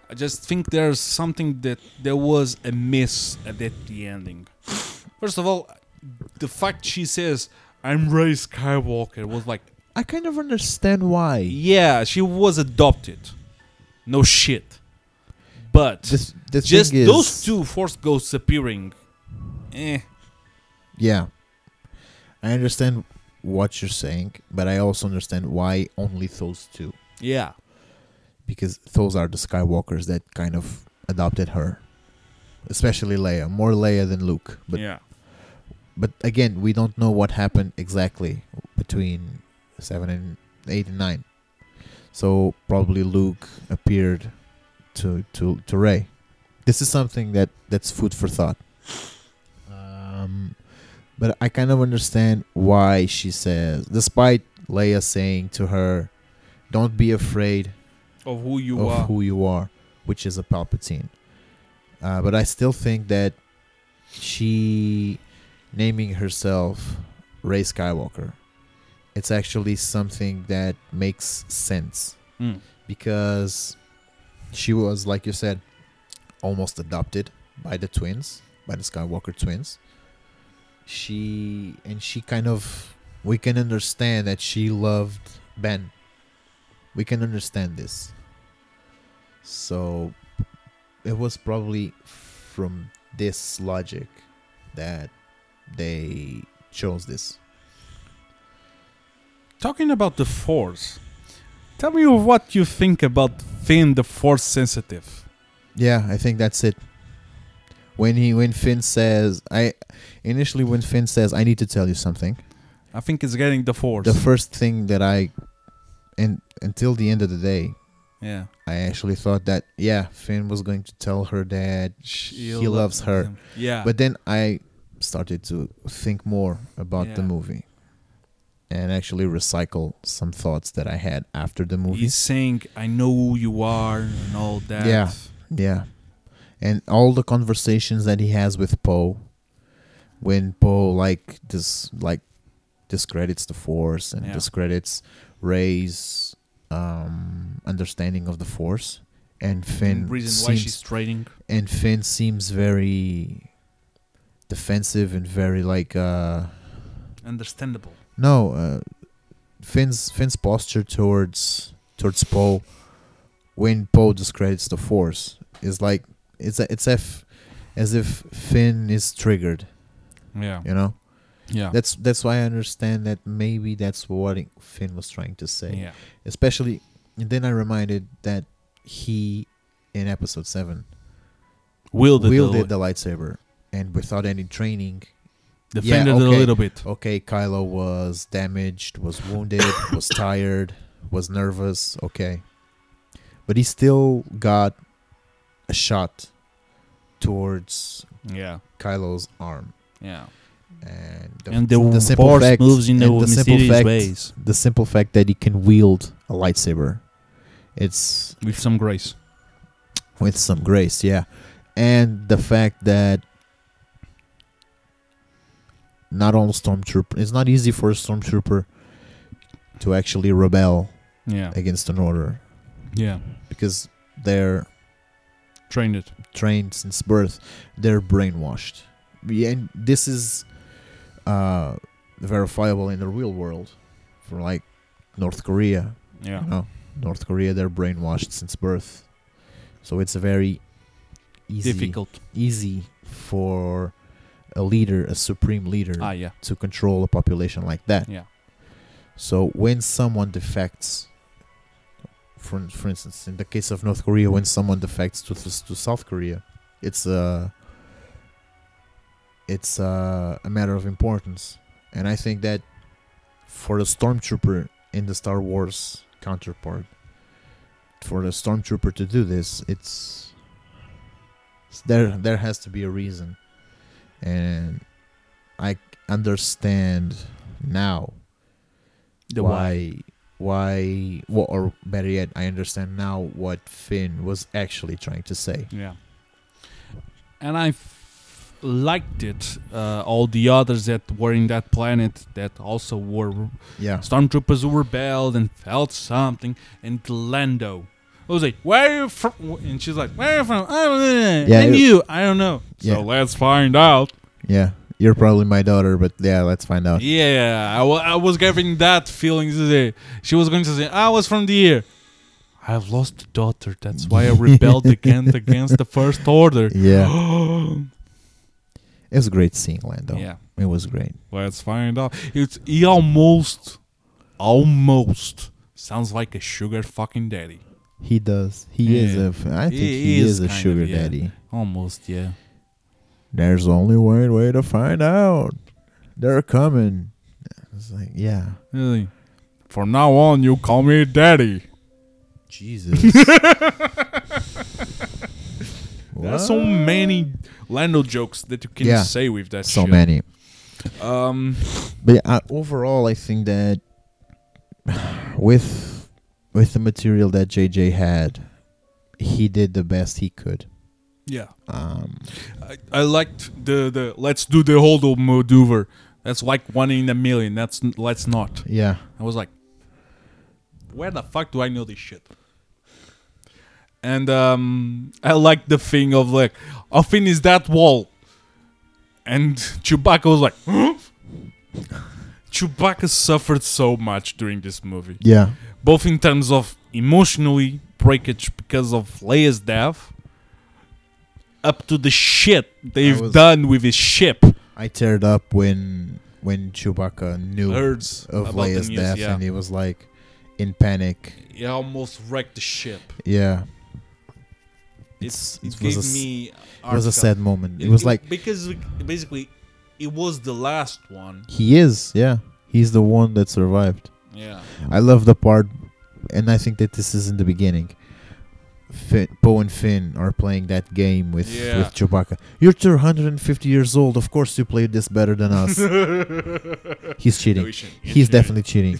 [SPEAKER 1] I just think there's something that there was a miss at that the ending. First of all, the fact she says I'm Ray Skywalker was like
[SPEAKER 2] I kind of understand why.
[SPEAKER 1] yeah, she was adopted. No shit. But
[SPEAKER 2] This, the
[SPEAKER 1] just
[SPEAKER 2] thing is,
[SPEAKER 1] those two force ghosts appearing. Eh.
[SPEAKER 2] Yeah. I understand what you're saying, but I also understand why only those two.
[SPEAKER 1] Yeah.
[SPEAKER 2] Because those are the Skywalkers that kind of adopted her. Especially Leia. More Leia than Luke. But
[SPEAKER 1] yeah.
[SPEAKER 2] but again, we don't know what happened exactly between seven and eight and nine. So probably Luke appeared to to to Ray. This is something that that's food for thought. Um, but I kind of understand why she says, despite Leia saying to her, "Don't be afraid
[SPEAKER 1] Of who you
[SPEAKER 2] of
[SPEAKER 1] are.
[SPEAKER 2] who you are, which is a Palpatine. Uh, but I still think that she naming herself Ray Skywalker, it's actually something that makes sense
[SPEAKER 1] Mm.
[SPEAKER 2] because she was, like you said, almost adopted by the twins, by the Skywalker twins. She and she kind of we can understand that she loved Ben. We can understand this. So it was probably from this logic that they chose this.
[SPEAKER 1] Talking about the force. Tell me what you think about Finn the force sensitive.
[SPEAKER 2] Yeah, I think that's it. When he when Finn says I initially when Finn says I need to tell you something,
[SPEAKER 1] I think it's getting the force.
[SPEAKER 2] the first thing that I and until the end of the day,
[SPEAKER 1] yeah.
[SPEAKER 2] I actually thought that yeah, Finn was going to tell her that he
[SPEAKER 1] lo-
[SPEAKER 2] loves her.
[SPEAKER 1] him. Yeah.
[SPEAKER 2] But then I started to think more about the
[SPEAKER 1] Yeah.
[SPEAKER 2] movie and actually recycle some thoughts that I had after the movie.
[SPEAKER 1] he's saying I know who you are and all that.
[SPEAKER 2] Yeah. Yeah. And all the conversations that he has with Poe when Poe like dis like discredits the force and
[SPEAKER 1] Yeah.
[SPEAKER 2] discredits Ray's um understanding of the force and Finn
[SPEAKER 1] And reason why
[SPEAKER 2] seems
[SPEAKER 1] she's trading.
[SPEAKER 2] and Finn seems very defensive and very like uh
[SPEAKER 1] Understandable.
[SPEAKER 2] no, uh, Finn's Finn's posture towards towards Poe when Poe discredits the Force is like it's a, it's if as if Finn is triggered,
[SPEAKER 1] Yeah.
[SPEAKER 2] you know.
[SPEAKER 1] Yeah.
[SPEAKER 2] That's that's why I understand that maybe that's what it- Finn was trying to say.
[SPEAKER 1] yeah.
[SPEAKER 2] Especially, and then I reminded that he in Episode Seven
[SPEAKER 1] Wielded,
[SPEAKER 2] wielded
[SPEAKER 1] the,
[SPEAKER 2] the lightsaber and without any training yeah,
[SPEAKER 1] defended it
[SPEAKER 2] okay.
[SPEAKER 1] a little bit.
[SPEAKER 2] okay, Kylo was damaged, was wounded, was tired, was nervous, okay. But he still got a shot towards
[SPEAKER 1] Yeah.
[SPEAKER 2] Kylo's arm.
[SPEAKER 1] Yeah.
[SPEAKER 2] And
[SPEAKER 1] and the, force moves in the
[SPEAKER 2] and
[SPEAKER 1] mysterious
[SPEAKER 2] fact,
[SPEAKER 1] ways
[SPEAKER 2] The simple fact that he can wield a lightsaber. It's
[SPEAKER 1] with some grace.
[SPEAKER 2] with some grace, yeah. And the fact that not all stormtrooper it's not easy for a stormtrooper to actually rebel
[SPEAKER 1] Yeah.
[SPEAKER 2] against an order
[SPEAKER 1] Yeah.
[SPEAKER 2] because they're
[SPEAKER 1] trained it.
[SPEAKER 2] trained since birth, they're brainwashed. Yeah, and this is uh, verifiable in the real world, for like North Korea.
[SPEAKER 1] Yeah.
[SPEAKER 2] You know, North Korea, they're brainwashed since birth, so it's a very easy,
[SPEAKER 1] Difficult.
[SPEAKER 2] easy for a leader, a supreme leader,
[SPEAKER 1] Ah, yeah.
[SPEAKER 2] to control a population like that.
[SPEAKER 1] Yeah.
[SPEAKER 2] So when someone defects, for for instance, in the case of North Korea, when someone defects to to South Korea, it's a it's a, a matter of importance, and I think that for the stormtrooper in the Star Wars counterpart, for the stormtrooper to do this, it's, it's there there has to be a reason, and I understand now
[SPEAKER 1] The why.
[SPEAKER 2] why why what or better yet i understand now what finn was actually trying to say
[SPEAKER 1] Yeah. And I f- liked it. Uh, all the others that were in that planet that also were
[SPEAKER 2] yeah
[SPEAKER 1] stormtroopers who rebelled and felt something. And Lando. I was like, where are you from? And she's like, where are you from? I don't know.
[SPEAKER 2] Yeah,
[SPEAKER 1] and
[SPEAKER 2] it-
[SPEAKER 1] you? I don't know.
[SPEAKER 2] Yeah.
[SPEAKER 1] So let's find out.
[SPEAKER 2] yeah you're probably my daughter but yeah let's find out
[SPEAKER 1] Yeah, I wa- I was having that feeling today. She was going to say, I was from the air. I've lost a daughter. That's why I rebelled against, against the First Order.
[SPEAKER 2] yeah it was great seeing lando
[SPEAKER 1] Yeah,
[SPEAKER 2] it was great
[SPEAKER 1] let's find out. It's, he almost, almost sounds like a sugar fucking daddy.
[SPEAKER 2] he does he is
[SPEAKER 1] Yeah.
[SPEAKER 2] a f- i think
[SPEAKER 1] He
[SPEAKER 2] he,
[SPEAKER 1] is
[SPEAKER 2] is, a
[SPEAKER 1] kind of,
[SPEAKER 2] sugar
[SPEAKER 1] yeah.
[SPEAKER 2] daddy
[SPEAKER 1] Almost, yeah.
[SPEAKER 2] there's only one way to find out they're coming it's like yeah
[SPEAKER 1] Really. From now on, you call me daddy.
[SPEAKER 2] jesus
[SPEAKER 1] There's so many Lando jokes that you can
[SPEAKER 2] Yeah.
[SPEAKER 1] say with that
[SPEAKER 2] so
[SPEAKER 1] shit.
[SPEAKER 2] many
[SPEAKER 1] Um,
[SPEAKER 2] But yeah, uh, overall, I think that with with the material that JJ had, he did the best he could.
[SPEAKER 1] yeah.
[SPEAKER 2] Um,
[SPEAKER 1] I, I liked the, the let's do the holdo maneuver. That's like one in a million. That's n- let's not.
[SPEAKER 2] yeah,
[SPEAKER 1] I was like, where the fuck do I know this shit? And um, I like the thing of like, how thin is that wall? And Chewbacca was like, huh? Chewbacca suffered so much during this movie
[SPEAKER 2] yeah,
[SPEAKER 1] both in terms of emotionally breakage because of Leia's death, up to the shit they've
[SPEAKER 2] was-
[SPEAKER 1] done with his ship.
[SPEAKER 2] I teared up when when Chewbacca knew
[SPEAKER 1] Heards
[SPEAKER 2] of
[SPEAKER 1] about
[SPEAKER 2] Leia's
[SPEAKER 1] the news,
[SPEAKER 2] death,
[SPEAKER 1] yeah.
[SPEAKER 2] and he was like in panic.
[SPEAKER 1] It almost wrecked the ship.
[SPEAKER 2] Yeah,
[SPEAKER 1] It's,
[SPEAKER 2] It's-
[SPEAKER 1] it
[SPEAKER 2] it was
[SPEAKER 1] gave
[SPEAKER 2] a s-
[SPEAKER 1] me.
[SPEAKER 2] it was a
[SPEAKER 1] heartfelt-
[SPEAKER 2] sad moment. It was like
[SPEAKER 1] because basically it was the last one.
[SPEAKER 2] he is. Yeah, he's the one that survived.
[SPEAKER 1] Yeah,
[SPEAKER 2] I love the part, and I think that this is in the beginning. Finn, Poe and Finn are playing that game with,
[SPEAKER 1] Yeah.
[SPEAKER 2] with Chewbacca. You're 250 years old. Of course, you played this better than us. He's
[SPEAKER 1] No,
[SPEAKER 2] cheating.
[SPEAKER 1] he shouldn't. He
[SPEAKER 2] He's
[SPEAKER 1] shouldn't.
[SPEAKER 2] definitely cheating.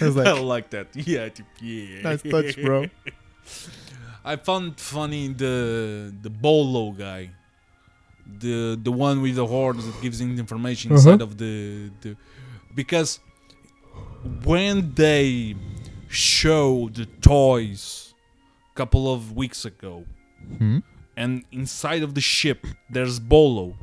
[SPEAKER 2] I was
[SPEAKER 1] I
[SPEAKER 2] like,
[SPEAKER 1] like that. Yeah, dude, yeah.
[SPEAKER 2] nice touch, bro.
[SPEAKER 1] I found funny the the Bolo guy, the the one with the horns that gives him the information
[SPEAKER 2] Uh-huh.
[SPEAKER 1] inside of the, the because when they show the toys a couple of weeks ago,
[SPEAKER 2] Hmm?
[SPEAKER 1] and inside of the ship there's Bolo.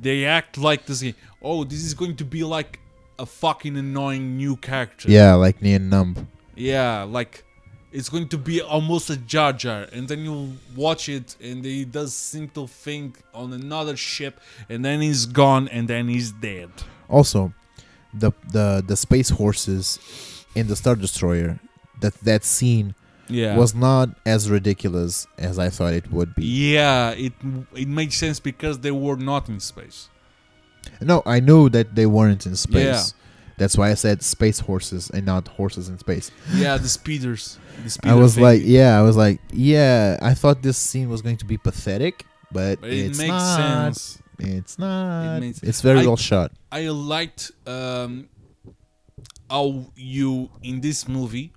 [SPEAKER 1] They act like this. Oh, this is going to be like a fucking annoying new character.
[SPEAKER 2] Yeah, like Nian Numb.
[SPEAKER 1] Yeah, like it's going to be almost a Jar Jar, and then you watch it, and he does simple thing on another ship, and then he's gone, and then he's dead.
[SPEAKER 2] Also, the the the space horses in the Star Destroyer. That that scene
[SPEAKER 1] Yeah,
[SPEAKER 2] was not as ridiculous as I thought it would be.
[SPEAKER 1] yeah, it it made sense because they were not in space.
[SPEAKER 2] No, I knew that they weren't in space.
[SPEAKER 1] Yeah.
[SPEAKER 2] That's why I said space horses and not horses in space.
[SPEAKER 1] Yeah, the speeders. The
[SPEAKER 2] I
[SPEAKER 1] speeder
[SPEAKER 2] was
[SPEAKER 1] thing.
[SPEAKER 2] like, yeah, I was like, yeah, I thought this scene was going to be pathetic, but,
[SPEAKER 1] But it
[SPEAKER 2] it's
[SPEAKER 1] makes
[SPEAKER 2] not.
[SPEAKER 1] sense.
[SPEAKER 2] It's not.
[SPEAKER 1] makes-
[SPEAKER 2] it's very
[SPEAKER 1] I-
[SPEAKER 2] well shot.
[SPEAKER 1] I liked um, how you in this movie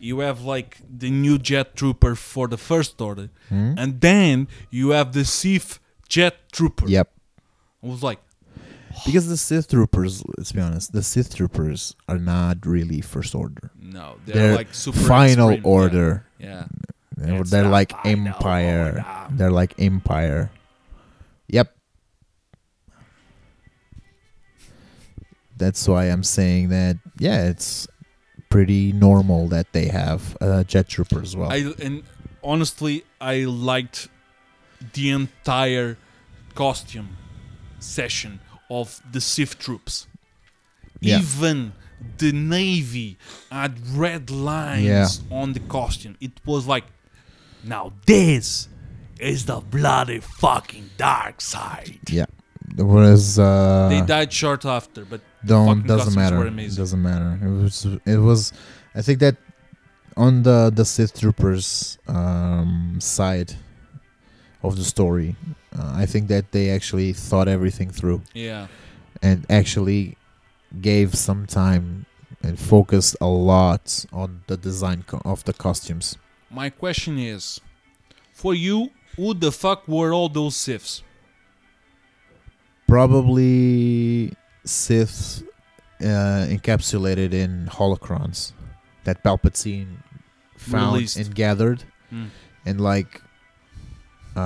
[SPEAKER 1] you have like the new jet trooper for the first order,
[SPEAKER 2] Hmm?
[SPEAKER 1] and then you have the Sith jet trooper.
[SPEAKER 2] Yep.
[SPEAKER 1] I was like,
[SPEAKER 2] Because the Sith troopers, let's be honest, the Sith troopers are not really First Order.
[SPEAKER 1] no, they're,
[SPEAKER 2] They're
[SPEAKER 1] like super
[SPEAKER 2] Final
[SPEAKER 1] extreme. Yeah.
[SPEAKER 2] Order.
[SPEAKER 1] Yeah.
[SPEAKER 2] They were-
[SPEAKER 1] It's
[SPEAKER 2] They're
[SPEAKER 1] not
[SPEAKER 2] like
[SPEAKER 1] by no
[SPEAKER 2] empire.
[SPEAKER 1] one.
[SPEAKER 2] They're like empire. Yep. That's why I'm saying that. Yeah, it's pretty normal that they have a jet trooper as well.
[SPEAKER 1] I and honestly, I liked the entire costume session of the Sith troops.
[SPEAKER 2] Yeah.
[SPEAKER 1] Even the navy had red lines on the costume. It was like, now this is the bloody fucking dark side.
[SPEAKER 2] yeah. Whereas uh,
[SPEAKER 1] they died short after, but the
[SPEAKER 2] don't
[SPEAKER 1] fucking
[SPEAKER 2] doesn't
[SPEAKER 1] costumes
[SPEAKER 2] matter.
[SPEAKER 1] were amazing.
[SPEAKER 2] Doesn't matter. It was it was I think that on the the Sith troopers um, side of the story, uh, I think that they actually thought everything through
[SPEAKER 1] Yeah,
[SPEAKER 2] and actually gave some time and focused a lot on the design co- of the costumes.
[SPEAKER 1] my question is, for you, who the fuck were all those Siths?
[SPEAKER 2] Probably Sith uh, encapsulated in holocrons that Palpatine found
[SPEAKER 1] Released.
[SPEAKER 2] and gathered.
[SPEAKER 1] Hmm.
[SPEAKER 2] and like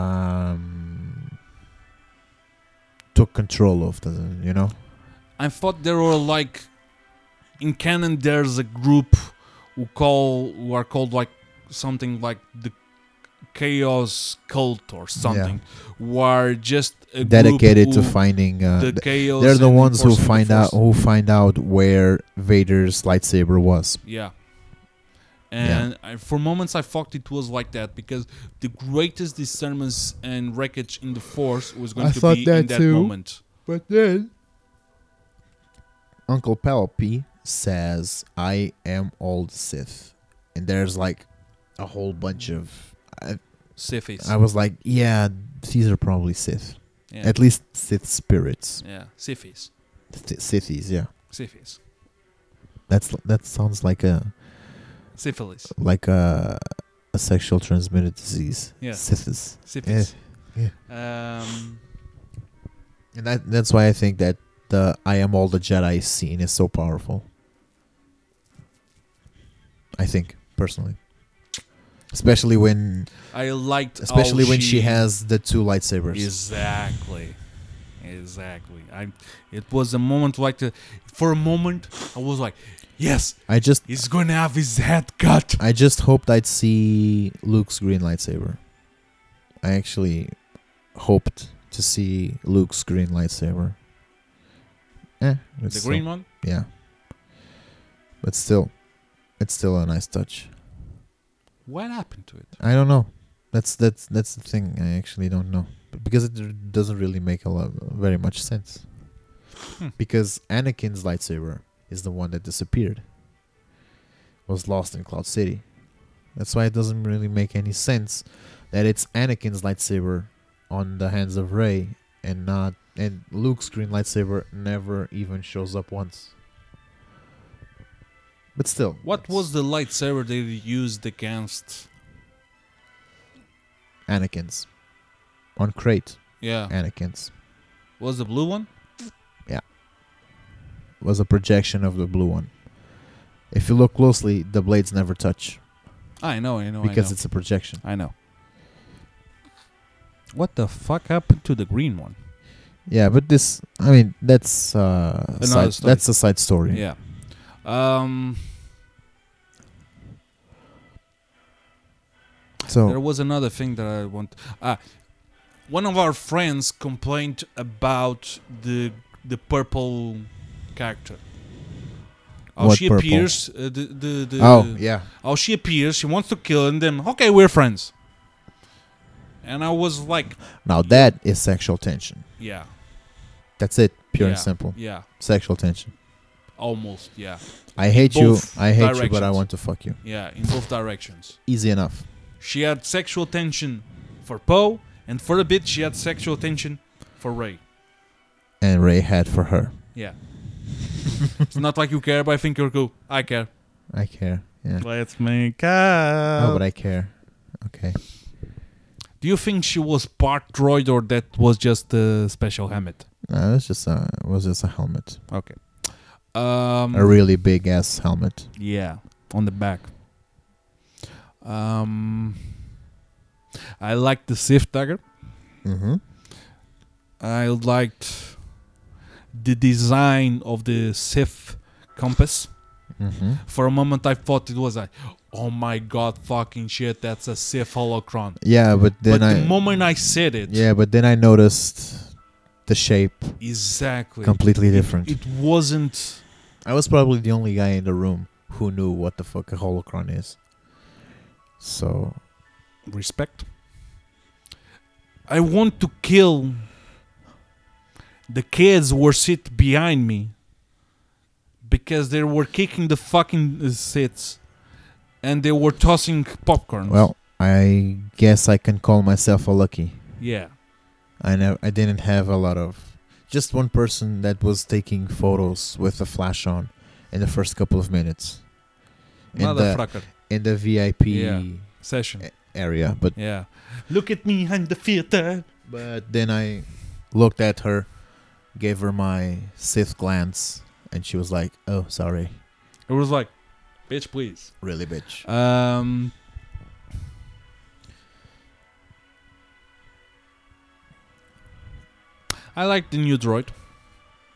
[SPEAKER 2] um took control of the you know
[SPEAKER 1] I thought there were like in canon there's a group who call who are called like something like the chaos cult or something who are just a
[SPEAKER 2] dedicated
[SPEAKER 1] group
[SPEAKER 2] to
[SPEAKER 1] who-
[SPEAKER 2] finding uh,
[SPEAKER 1] the
[SPEAKER 2] th-
[SPEAKER 1] chaos
[SPEAKER 2] they're the
[SPEAKER 1] and
[SPEAKER 2] ones who
[SPEAKER 1] enforcing the
[SPEAKER 2] find
[SPEAKER 1] force.
[SPEAKER 2] out who find out where Vader's lightsaber was
[SPEAKER 1] yeah
[SPEAKER 2] Yeah.
[SPEAKER 1] and I, for moments I thought it was like that because the greatest disturbance and wreckage in the force was going
[SPEAKER 2] I
[SPEAKER 1] to
[SPEAKER 2] thought
[SPEAKER 1] be in
[SPEAKER 2] that
[SPEAKER 1] that
[SPEAKER 2] too.
[SPEAKER 1] moment.
[SPEAKER 2] but then Uncle Palpy says I am old Sith and there's like a whole bunch of I,
[SPEAKER 1] Sifis.
[SPEAKER 2] I was like yeah these are probably Sith
[SPEAKER 1] yeah.
[SPEAKER 2] at least Sith spirits
[SPEAKER 1] yeah. Sifis.
[SPEAKER 2] Th- Sithies yeah
[SPEAKER 1] Sifis.
[SPEAKER 2] That's that sounds like a
[SPEAKER 1] Syphilis.
[SPEAKER 2] like a a sexual transmitted disease.
[SPEAKER 1] Yeah.
[SPEAKER 2] Syphilis.
[SPEAKER 1] Syphilis.
[SPEAKER 2] Yeah,
[SPEAKER 1] Um,
[SPEAKER 2] And that that's why I think that the I am all the Jedi scene is so powerful. I think personally. Especially when
[SPEAKER 1] I liked how
[SPEAKER 2] especially when
[SPEAKER 1] Oh,
[SPEAKER 2] she has the two lightsabers.
[SPEAKER 1] exactly, exactly. I it was a moment like the, for a moment I was like, yes,
[SPEAKER 2] I just
[SPEAKER 1] he's gonna have his head cut.
[SPEAKER 2] I just hoped I'd see Luke's green lightsaber. I actually hoped to see Luke's green lightsaber. Eh, it's
[SPEAKER 1] the
[SPEAKER 2] still-
[SPEAKER 1] green one.
[SPEAKER 2] Yeah. But still, it's still a nice touch.
[SPEAKER 1] What happened to it?
[SPEAKER 2] I don't know. That's that's that's the thing. I actually don't know But because it r- doesn't really make a lot very much sense.
[SPEAKER 1] Hmm.
[SPEAKER 2] Because Anakin's lightsaber is the one that disappeared. Was lost in Cloud City. That's why it doesn't really make any sense that it's Anakin's lightsaber on the hands of Rey and not and Luke's green lightsaber never even shows up once. But still,
[SPEAKER 1] What
[SPEAKER 2] it's
[SPEAKER 1] was the lightsaber they used against?
[SPEAKER 2] Anakin's on crate?
[SPEAKER 1] Yeah,
[SPEAKER 2] Anakin's
[SPEAKER 1] was the blue one?
[SPEAKER 2] was a projection of the blue one. If you look closely, the blades never touch
[SPEAKER 1] I know, Oh, I know,
[SPEAKER 2] because
[SPEAKER 1] I know.
[SPEAKER 2] it's a projection.
[SPEAKER 1] I know. What the fuck happened to the green one?
[SPEAKER 2] Yeah, but this, I mean, that's uh,
[SPEAKER 1] Another
[SPEAKER 2] side,
[SPEAKER 1] story.
[SPEAKER 2] that's a side story.
[SPEAKER 1] Yeah. Um, There
[SPEAKER 2] So
[SPEAKER 1] was another thing that I want. Ah, one of our friends complained about the the purple character. How
[SPEAKER 2] What
[SPEAKER 1] she
[SPEAKER 2] purple?
[SPEAKER 1] appears, uh, the, the, the
[SPEAKER 2] oh yeah,
[SPEAKER 1] how she appears, she wants to kill, and then okay, we're friends. And I was like,
[SPEAKER 2] now that is sexual tension.
[SPEAKER 1] yeah,
[SPEAKER 2] That's it, pure and
[SPEAKER 1] Yeah.
[SPEAKER 2] simple.
[SPEAKER 1] yeah,
[SPEAKER 2] Sexual tension.
[SPEAKER 1] almost, yeah,
[SPEAKER 2] I hate
[SPEAKER 1] Both
[SPEAKER 2] you. I hate you, but I
[SPEAKER 1] directions.
[SPEAKER 2] want to fuck you.
[SPEAKER 1] yeah, in both directions.
[SPEAKER 2] Easy enough.
[SPEAKER 1] She had sexual tension for Poe, and for a bit she had sexual tension for Ray.
[SPEAKER 2] And Ray had for her.
[SPEAKER 1] Yeah. it's not like you care, but I think you're cool. I care.
[SPEAKER 2] I care. Yeah.
[SPEAKER 1] Let's make out.
[SPEAKER 2] oh, but I care. Okay.
[SPEAKER 1] Do you think she was part droid or that was just a special helmet?
[SPEAKER 2] No, it's just a it was just a helmet,
[SPEAKER 1] Okay. Um,
[SPEAKER 2] a really big ass helmet.
[SPEAKER 1] yeah, on the back. Um, I liked the Sith dagger.
[SPEAKER 2] Mm-hmm.
[SPEAKER 1] I liked the design of the Sith compass.
[SPEAKER 2] Mm-hmm.
[SPEAKER 1] For a moment, I thought it was like, oh my god, fucking shit, that's a Sith holocron.
[SPEAKER 2] Yeah, but then
[SPEAKER 1] but
[SPEAKER 2] I.
[SPEAKER 1] the moment I said it,
[SPEAKER 2] yeah, but then I noticed the shape
[SPEAKER 1] exactly,
[SPEAKER 2] completely different.
[SPEAKER 1] it wasn't.
[SPEAKER 2] I was probably the only guy in the room who knew what the fuck a holocron is. So
[SPEAKER 1] respect. I want to kill the kids who were sit behind me because they were kicking the fucking uh, seats and they were tossing popcorn.
[SPEAKER 2] well, I guess I can call myself a lucky.
[SPEAKER 1] yeah,
[SPEAKER 2] I never, I didn't have a lot of, just one person that was taking photos with the flash on, in the first couple of minutes, in the eh,
[SPEAKER 1] motherfucker
[SPEAKER 2] in the VIP
[SPEAKER 1] Yeah. session.
[SPEAKER 2] area. But
[SPEAKER 1] Yeah, look at me, I'm the theater.
[SPEAKER 2] but then I looked at her, gave her my Sith glance, and she was like, "Oh, sorry,
[SPEAKER 1] It was like, bitch, please.
[SPEAKER 2] really, bitch."
[SPEAKER 1] Um, I like the new droid.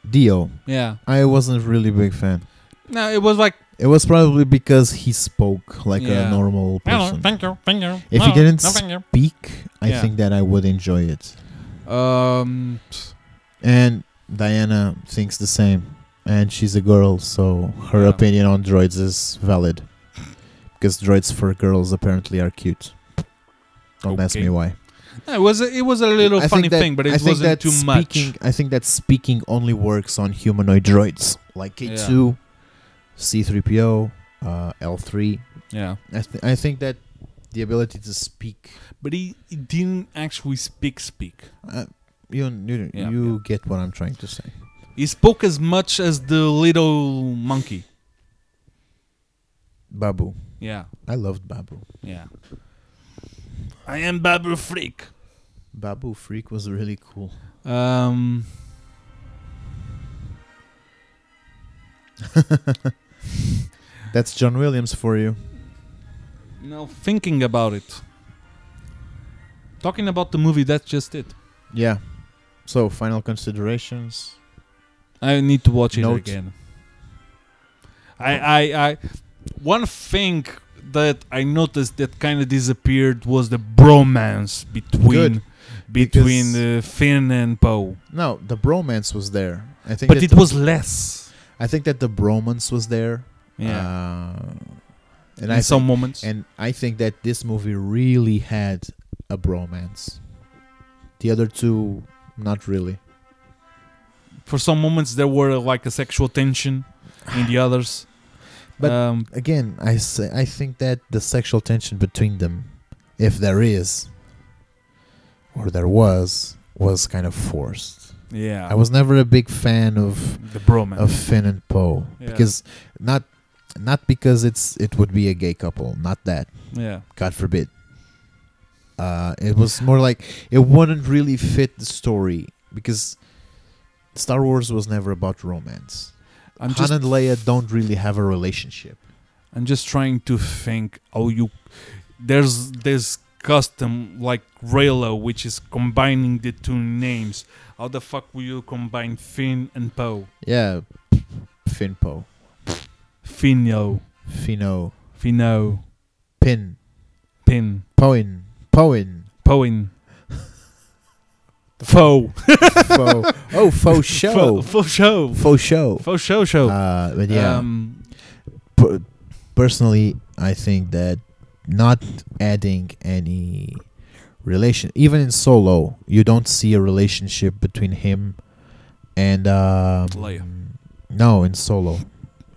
[SPEAKER 2] Dio,
[SPEAKER 1] Yeah.
[SPEAKER 2] I wasn't really big fan.
[SPEAKER 1] No, it was like
[SPEAKER 2] It was probably because he spoke like
[SPEAKER 1] Yeah.
[SPEAKER 2] a normal
[SPEAKER 1] hello,
[SPEAKER 2] person.
[SPEAKER 1] thank you, thank you.
[SPEAKER 2] If he
[SPEAKER 1] hello,
[SPEAKER 2] didn't
[SPEAKER 1] no, thank you.
[SPEAKER 2] Speak, I
[SPEAKER 1] Yeah.
[SPEAKER 2] think that I would enjoy it.
[SPEAKER 1] Um,
[SPEAKER 2] And Diana thinks the same. And she's a girl, so her
[SPEAKER 1] Yeah.
[SPEAKER 2] opinion on droids is valid. Because droids for girls apparently are cute. Don't ask
[SPEAKER 1] Okay.
[SPEAKER 2] me why.
[SPEAKER 1] no, it was a, it was a little
[SPEAKER 2] I think
[SPEAKER 1] funny
[SPEAKER 2] that-
[SPEAKER 1] thing, but it
[SPEAKER 2] I think
[SPEAKER 1] wasn't
[SPEAKER 2] that
[SPEAKER 1] too
[SPEAKER 2] speaking, I think that speaking only works on humanoid droids like
[SPEAKER 1] Yeah.
[SPEAKER 2] K2, C3PO, uh, L3.
[SPEAKER 1] much. Yeah,
[SPEAKER 2] I, th- I think that the ability to speak,
[SPEAKER 1] but he, he didn't actually speak. Speak.
[SPEAKER 2] uh, you you,
[SPEAKER 1] Yeah.
[SPEAKER 2] you get what I'm trying to say.
[SPEAKER 1] He spoke as much as the little monkey.
[SPEAKER 2] Babu,
[SPEAKER 1] Yeah,
[SPEAKER 2] I loved Babu.
[SPEAKER 1] yeah. I am Babu Freak.
[SPEAKER 2] Babu Freak was really cool.
[SPEAKER 1] Um.
[SPEAKER 2] That's John Williams for you.
[SPEAKER 1] Now thinking about it. Talking about the movie, that's just it.
[SPEAKER 2] Yeah. So final considerations.
[SPEAKER 1] I need to watch it
[SPEAKER 2] Note.
[SPEAKER 1] again. I, I, I, one thing that I noticed that kind of disappeared was the bromance between
[SPEAKER 2] Good,
[SPEAKER 1] between uh,
[SPEAKER 2] because-
[SPEAKER 1] Finn and Poe,
[SPEAKER 2] No, the bromance was there. I think.
[SPEAKER 1] but
[SPEAKER 2] that
[SPEAKER 1] it
[SPEAKER 2] the-
[SPEAKER 1] was less.
[SPEAKER 2] I think that the bromance was there.
[SPEAKER 1] Yeah,
[SPEAKER 2] Uh, and
[SPEAKER 1] in
[SPEAKER 2] I
[SPEAKER 1] some
[SPEAKER 2] think,
[SPEAKER 1] moments.
[SPEAKER 2] and I think that this movie really had a bromance. The other two, not really.
[SPEAKER 1] For some moments, there were uh, like a sexual tension in the others.
[SPEAKER 2] But-
[SPEAKER 1] um,
[SPEAKER 2] Again, I say, I think that the sexual tension between them, if there is, or there was, was kind of forced.
[SPEAKER 1] yeah,
[SPEAKER 2] I was never a big fan of
[SPEAKER 1] the bromance.
[SPEAKER 2] of Finn and Poe
[SPEAKER 1] Yeah.
[SPEAKER 2] because not not because it's it would be a gay couple, not that.
[SPEAKER 1] yeah,
[SPEAKER 2] God forbid. Uh, it was more like it wouldn't really fit the story because Star Wars was never about romance.
[SPEAKER 1] I'm
[SPEAKER 2] Han
[SPEAKER 1] just
[SPEAKER 2] and Leia don't really have a relationship.
[SPEAKER 1] I'm just trying to think how you there's this custom like Raylo which is combining the two names. How the fuck will you combine Finn and Poe?
[SPEAKER 2] Yeah, Finn Poe,
[SPEAKER 1] Finno,
[SPEAKER 2] Fino,
[SPEAKER 1] Finno,
[SPEAKER 2] Pin,
[SPEAKER 1] Pin,
[SPEAKER 2] Poin, Poin,
[SPEAKER 1] Poin, Foe,
[SPEAKER 2] Fo. Oh, Fo show,
[SPEAKER 1] Fo show,
[SPEAKER 2] Fo show.
[SPEAKER 1] Fo show show.
[SPEAKER 2] Uh, but yeah.
[SPEAKER 1] Um,
[SPEAKER 2] per- personally, I think that not adding any relation, even in solo, you don't see a relationship between him and um,
[SPEAKER 1] Leia.
[SPEAKER 2] No, in solo,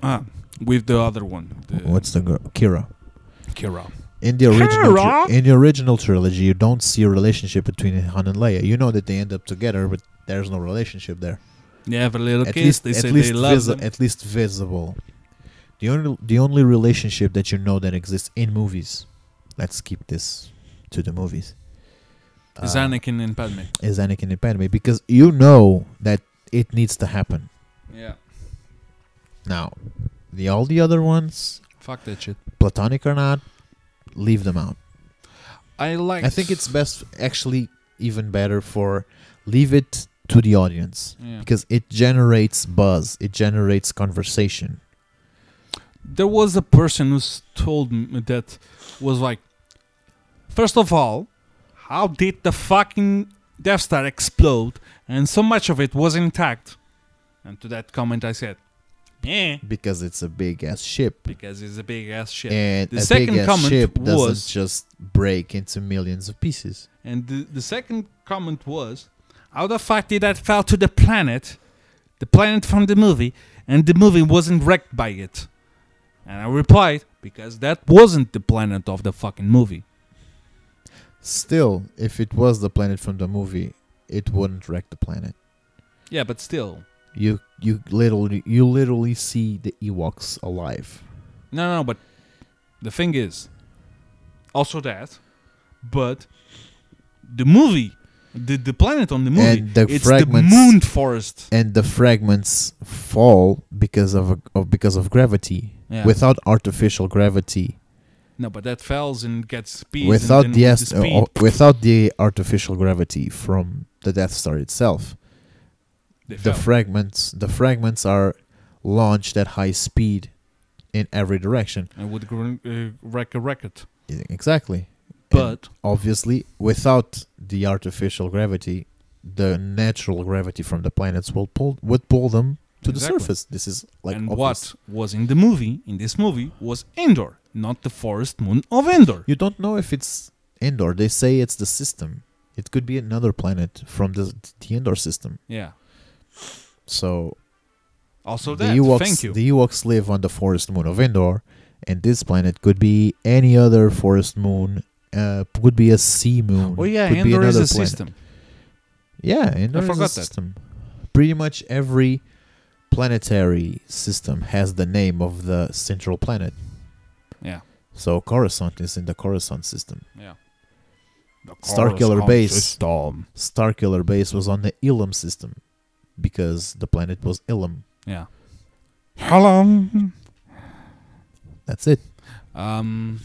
[SPEAKER 1] ah, with the other one, the
[SPEAKER 2] what's the girl? Kira.
[SPEAKER 1] Kira?
[SPEAKER 2] In the original,
[SPEAKER 1] Kira?
[SPEAKER 2] tri- in the original trilogy, you don't see a relationship between Han and Leia. You know that they end up together, but there's no relationship there.
[SPEAKER 1] They have a little
[SPEAKER 2] at
[SPEAKER 1] kiss.
[SPEAKER 2] least,
[SPEAKER 1] they
[SPEAKER 2] at
[SPEAKER 1] say
[SPEAKER 2] least
[SPEAKER 1] they love
[SPEAKER 2] visi-
[SPEAKER 1] them.
[SPEAKER 2] at least visible. The only the only relationship that you know that exists in movies. Let's keep this to the movies.
[SPEAKER 1] It's
[SPEAKER 2] uh,
[SPEAKER 1] Anakin and Padme.
[SPEAKER 2] Is Anakin and Padme because you know that it needs to happen.
[SPEAKER 1] Yeah,
[SPEAKER 2] Now, the all the other ones,
[SPEAKER 1] fuck that shit.
[SPEAKER 2] platonic or not, leave them out.
[SPEAKER 1] I like.
[SPEAKER 2] I think it's best, actually, even better for leave it to the audience
[SPEAKER 1] Yeah.
[SPEAKER 2] because it generates buzz, it generates conversation.
[SPEAKER 1] there was a person who s- told me that was like, first of all, how did the fucking Death Star explode and so much of it was intact? And to that comment, I said, eh,
[SPEAKER 2] Because it's a big ass ship,
[SPEAKER 1] because it's a big ass ship.
[SPEAKER 2] and
[SPEAKER 1] The
[SPEAKER 2] a
[SPEAKER 1] second
[SPEAKER 2] big ass
[SPEAKER 1] comment
[SPEAKER 2] ship
[SPEAKER 1] was-
[SPEAKER 2] doesn't just break into millions of pieces.
[SPEAKER 1] And the, the second comment was, how the fuck did that fall to the planet, the planet from the movie, and the movie wasn't wrecked by it? And I replied, because that wasn't the planet of the fucking movie.
[SPEAKER 2] Still, if it was the planet from the movie, it wouldn't wreck the planet.
[SPEAKER 1] Yeah, but still.
[SPEAKER 2] You you literally you literally see the Ewoks alive.
[SPEAKER 1] No, no, but the thing is, also that, but the movie, the, the planet on the movie,
[SPEAKER 2] And the
[SPEAKER 1] it's
[SPEAKER 2] fragments-
[SPEAKER 1] the moon forest.
[SPEAKER 2] And the fragments fall because of, of because of gravity.
[SPEAKER 1] Yeah.
[SPEAKER 2] Without artificial gravity,
[SPEAKER 1] No, but that falls and gets speed. and
[SPEAKER 2] without
[SPEAKER 1] then
[SPEAKER 2] the,
[SPEAKER 1] with
[SPEAKER 2] ast- uh,
[SPEAKER 1] speed,
[SPEAKER 2] uh, without the artificial gravity from the Death Star itself,
[SPEAKER 1] they
[SPEAKER 2] the
[SPEAKER 1] fell.
[SPEAKER 2] fragments the fragments are launched at high speed in every direction.
[SPEAKER 1] and would gr- uh, wreck a record.
[SPEAKER 2] E- Exactly. And
[SPEAKER 1] But
[SPEAKER 2] obviously without the artificial gravity the natural gravity from the planets will pull would pull them to
[SPEAKER 1] Exactly.
[SPEAKER 2] the surface this is like
[SPEAKER 1] and
[SPEAKER 2] obvious.
[SPEAKER 1] what was in the movie, in this movie, was Endor, not the forest moon of Endor.
[SPEAKER 2] you don't know if it's Endor they say it's the system it could be another planet from the the Endor system
[SPEAKER 1] Yeah.
[SPEAKER 2] so
[SPEAKER 1] Also
[SPEAKER 2] the
[SPEAKER 1] that.
[SPEAKER 2] Ewoks
[SPEAKER 1] Thank you.
[SPEAKER 2] the Ewoks live on the forest moon of Endor and this planet could be any other forest moon uh, could be a sea moon
[SPEAKER 1] oh yeah,
[SPEAKER 2] could be
[SPEAKER 1] Endor is
[SPEAKER 2] another
[SPEAKER 1] a
[SPEAKER 2] planet.
[SPEAKER 1] system.
[SPEAKER 2] Yeah, and
[SPEAKER 1] I
[SPEAKER 2] there is a
[SPEAKER 1] forgot that.
[SPEAKER 2] system. Pretty much every planetary system has the name of the central planet.
[SPEAKER 1] Yeah.
[SPEAKER 2] So Coruscant is in the Coruscant system.
[SPEAKER 1] Yeah.
[SPEAKER 2] Starkiller Base.
[SPEAKER 1] Storm.
[SPEAKER 2] Starkiller Base was on the Ilum system because the planet was Ilum.
[SPEAKER 1] Yeah. Hello.
[SPEAKER 2] That's it.
[SPEAKER 1] Um,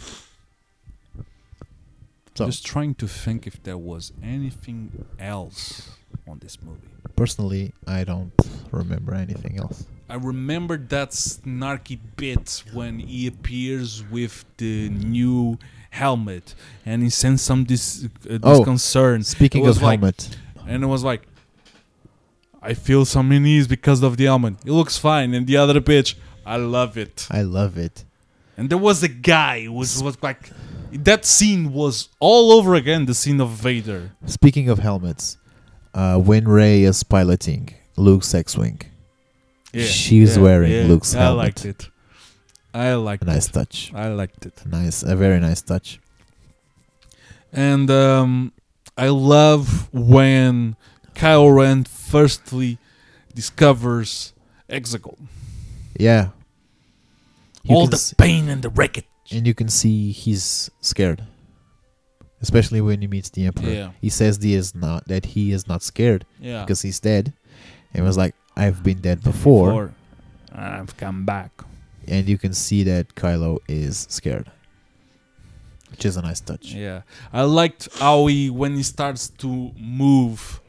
[SPEAKER 2] So-
[SPEAKER 1] just trying to think if there was anything else on this movie.
[SPEAKER 2] Personally, I don't remember anything else.
[SPEAKER 1] I remember that snarky bit when he appears with the new helmet and he sends some dis- uh,
[SPEAKER 2] Oh,
[SPEAKER 1] disconcern.
[SPEAKER 2] Speaking
[SPEAKER 1] It was
[SPEAKER 2] of
[SPEAKER 1] like-
[SPEAKER 2] helmet,
[SPEAKER 1] and it was like, I feel some unease because of the helmet. It looks fine, and the other bitch, I love it.
[SPEAKER 2] I love it.
[SPEAKER 1] And there was a guy who was, was like, that scene was all over again the scene of Vader.
[SPEAKER 2] Speaking of helmets, uh, when Ray is piloting Luke's X-wing, She's wearing Luke's
[SPEAKER 1] I
[SPEAKER 2] helmet.
[SPEAKER 1] liked it. I liked
[SPEAKER 2] nice
[SPEAKER 1] it.
[SPEAKER 2] touch.
[SPEAKER 1] I liked it.
[SPEAKER 2] Nice, a very nice touch.
[SPEAKER 1] And um, I love when Kylo Ren firstly discovers Exegol.
[SPEAKER 2] Yeah. You
[SPEAKER 1] all
[SPEAKER 2] can
[SPEAKER 1] the
[SPEAKER 2] s-
[SPEAKER 1] pain and the wreckage.
[SPEAKER 2] and you can see he's scared especially when he meets the emperor
[SPEAKER 1] Yeah.
[SPEAKER 2] he says he is not that he is not scared
[SPEAKER 1] Yeah.
[SPEAKER 2] because he's dead and was like i've been dead before,
[SPEAKER 1] I've come back.
[SPEAKER 2] and you can see that kylo is scared which is a nice touch
[SPEAKER 1] Yeah, I liked how he when he starts to move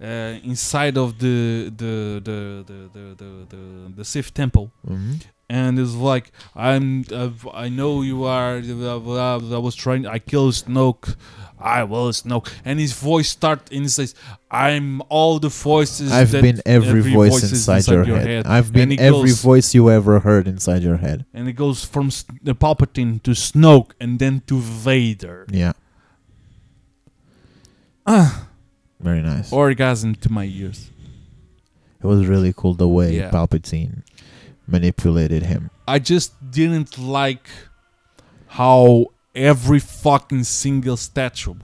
[SPEAKER 1] uh, inside of the the the the the the, the, the Sith temple,
[SPEAKER 2] Mhm.
[SPEAKER 1] and it's like I'm uh, I know you are. blah, blah, blah, I was trying. I killed Snoke. I will Snoke, and his voice starts and he says, "I'm all the voices."
[SPEAKER 2] i've
[SPEAKER 1] that
[SPEAKER 2] been every, voice,
[SPEAKER 1] voices
[SPEAKER 2] inside, your, head. i've
[SPEAKER 1] And
[SPEAKER 2] been
[SPEAKER 1] it
[SPEAKER 2] every
[SPEAKER 1] goes-
[SPEAKER 2] voice you ever heard inside your head
[SPEAKER 1] and it goes from S- the Palpatine to Snoke, and then to Vader.
[SPEAKER 2] yeah very nice
[SPEAKER 1] Orgasm to my ears.
[SPEAKER 2] it was really cool the way
[SPEAKER 1] Yeah.
[SPEAKER 2] palpatine manipulated him
[SPEAKER 1] I just didn't like how every fucking single statue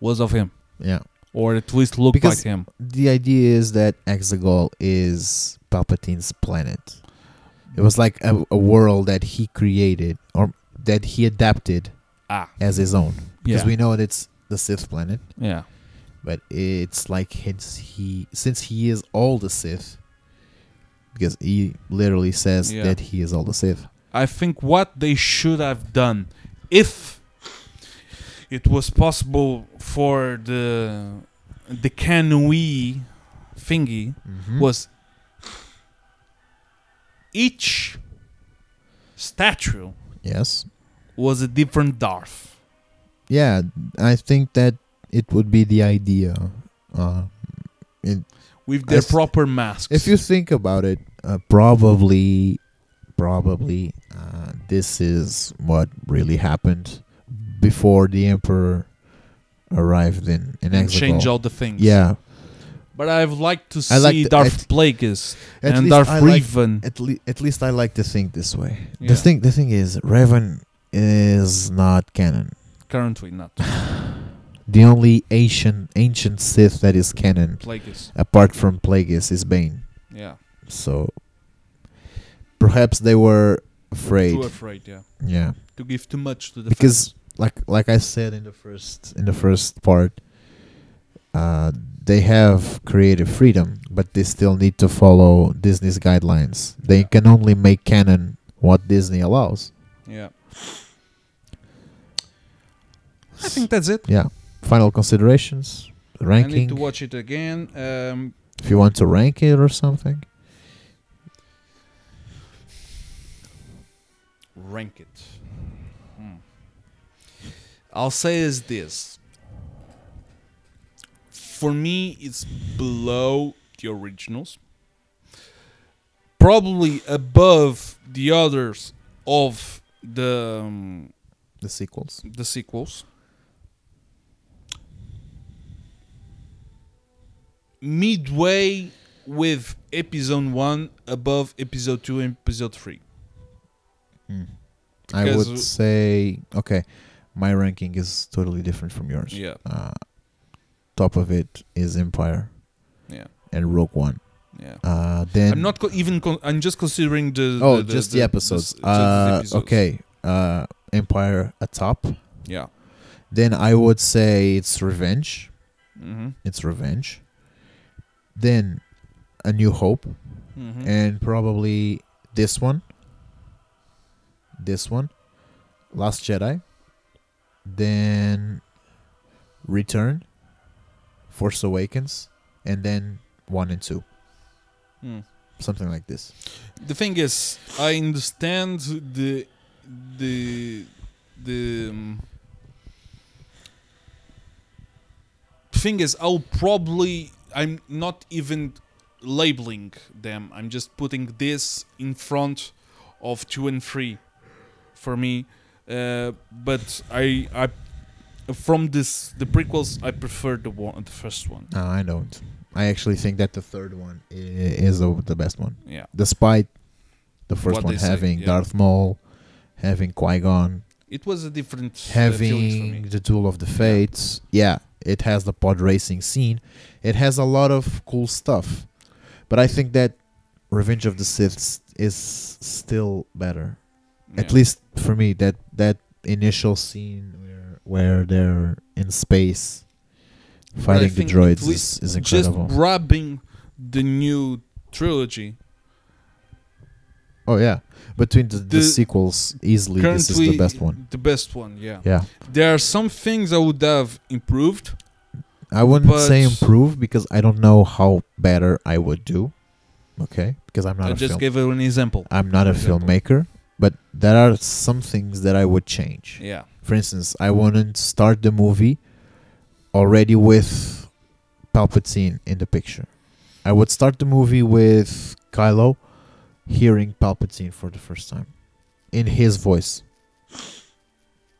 [SPEAKER 1] was of him,
[SPEAKER 2] yeah
[SPEAKER 1] or at least looked
[SPEAKER 2] Because-
[SPEAKER 1] like him.
[SPEAKER 2] the idea is that Exegol is Palpatine's planet. It was like a, a world that he created or that he adapted
[SPEAKER 1] Ah,
[SPEAKER 2] as his own. Because
[SPEAKER 1] yeah,
[SPEAKER 2] we know that it's the Sith planet,
[SPEAKER 1] yeah,
[SPEAKER 2] but it's like hence he since he is all the Sith, because he literally says
[SPEAKER 1] Yeah.
[SPEAKER 2] that he is all the Sith.
[SPEAKER 1] I think what they should have done, if it was possible for the the canoe thingy
[SPEAKER 2] Hmm?
[SPEAKER 1] was each statue
[SPEAKER 2] yes.
[SPEAKER 1] was a different Darth.
[SPEAKER 2] Yeah, I think that it would be the idea. Uh,
[SPEAKER 1] With
[SPEAKER 2] I
[SPEAKER 1] their
[SPEAKER 2] s-
[SPEAKER 1] proper masks.
[SPEAKER 2] if you think about it, uh, probably, probably, uh, this is what really happened before the emperor arrived in in
[SPEAKER 1] and change
[SPEAKER 2] Exegol.
[SPEAKER 1] all the things.
[SPEAKER 2] Yeah,
[SPEAKER 1] But I would like to see
[SPEAKER 2] I like the-
[SPEAKER 1] Darth Plagueis
[SPEAKER 2] at
[SPEAKER 1] and
[SPEAKER 2] least
[SPEAKER 1] Darth
[SPEAKER 2] I like
[SPEAKER 1] Revan.
[SPEAKER 2] at, le- at least I like to think this way.
[SPEAKER 1] Yeah.
[SPEAKER 2] The thing the thing is, Revan is not canon.
[SPEAKER 1] Currently not
[SPEAKER 2] The only ancient ancient Sith that is canon,
[SPEAKER 1] Plagueis.
[SPEAKER 2] apart from Plagueis, is Bane.
[SPEAKER 1] Yeah.
[SPEAKER 2] So perhaps they were afraid.
[SPEAKER 1] Too afraid, yeah.
[SPEAKER 2] Yeah,
[SPEAKER 1] To give too much to the
[SPEAKER 2] because like like I said in the first in the first part, uh, they have creative freedom, but they still need to follow Disney's guidelines. They can only make canon what Disney allows.
[SPEAKER 1] fans. Yeah. I think that's it.
[SPEAKER 2] yeah final considerations
[SPEAKER 1] I need
[SPEAKER 2] ranking
[SPEAKER 1] to watch it again. Um,
[SPEAKER 2] if you want to rank it or something
[SPEAKER 1] rank it. Hmm. I'll say is this. For me, it's below the originals. Probably above the others of the um,
[SPEAKER 2] the sequels
[SPEAKER 1] the sequels. Midway with episode one above episode two and episode three.
[SPEAKER 2] i
[SPEAKER 1] Because
[SPEAKER 2] would
[SPEAKER 1] w-
[SPEAKER 2] say okay my ranking is totally different from yours
[SPEAKER 1] Yeah,
[SPEAKER 2] uh, top of it is empire
[SPEAKER 1] yeah,
[SPEAKER 2] and rogue one
[SPEAKER 1] yeah.
[SPEAKER 2] uh, then
[SPEAKER 1] I'm not co- even. Con- I'm just considering the.
[SPEAKER 2] oh
[SPEAKER 1] the, the,
[SPEAKER 2] just the, episodes
[SPEAKER 1] s-
[SPEAKER 2] uh,
[SPEAKER 1] just the episodes.
[SPEAKER 2] okay uh, empire atop
[SPEAKER 1] Yeah.
[SPEAKER 2] then i would say it's revenge
[SPEAKER 1] Mm-hmm.
[SPEAKER 2] it's revenge then a new hope
[SPEAKER 1] Mm-hmm.
[SPEAKER 2] and probably this one this one last jedi then return force awakens and then one and two
[SPEAKER 1] Mm.
[SPEAKER 2] something like this
[SPEAKER 1] The thing is, I understand the the the um, thing is. I'll probably. I'm not even labeling them. I'm just putting this in front of two and three for me. Uh, but I I from this the prequels I prefer the one the first one.
[SPEAKER 2] no i don't i actually think that the third one i- is the, the best one
[SPEAKER 1] Yeah.
[SPEAKER 2] despite the first
[SPEAKER 1] What
[SPEAKER 2] one
[SPEAKER 1] they say,
[SPEAKER 2] having
[SPEAKER 1] yeah.
[SPEAKER 2] darth maul having qui-gon
[SPEAKER 1] It was a different uh, feelings for me.
[SPEAKER 2] having the tool of the fates yeah it has the pod racing scene it has a lot of cool stuff but i think that revenge of the sith is still better at
[SPEAKER 1] Yeah.
[SPEAKER 2] least for me that that initial scene where where they're in space fighting the
[SPEAKER 1] think
[SPEAKER 2] droids
[SPEAKER 1] at least
[SPEAKER 2] is, is incredible
[SPEAKER 1] Just grabbing the new trilogy.
[SPEAKER 2] oh yeah between the, the,
[SPEAKER 1] the-
[SPEAKER 2] sequels easily this is the
[SPEAKER 1] Currently,
[SPEAKER 2] best one
[SPEAKER 1] The best one, yeah.
[SPEAKER 2] yeah
[SPEAKER 1] There are some things I would have improved.
[SPEAKER 2] I wouldn't
[SPEAKER 1] But-
[SPEAKER 2] say improve because I don't know how better I would do. Okay, because I'm not
[SPEAKER 1] I
[SPEAKER 2] a
[SPEAKER 1] just
[SPEAKER 2] film.
[SPEAKER 1] gave an example.
[SPEAKER 2] I'm not a
[SPEAKER 1] example.
[SPEAKER 2] filmmaker, but there are some things that I would change.
[SPEAKER 1] Yeah.
[SPEAKER 2] For instance, I wouldn't start the movie already with Palpatine in the picture. I would start the movie with Kylo hearing Palpatine for the first time in his voice.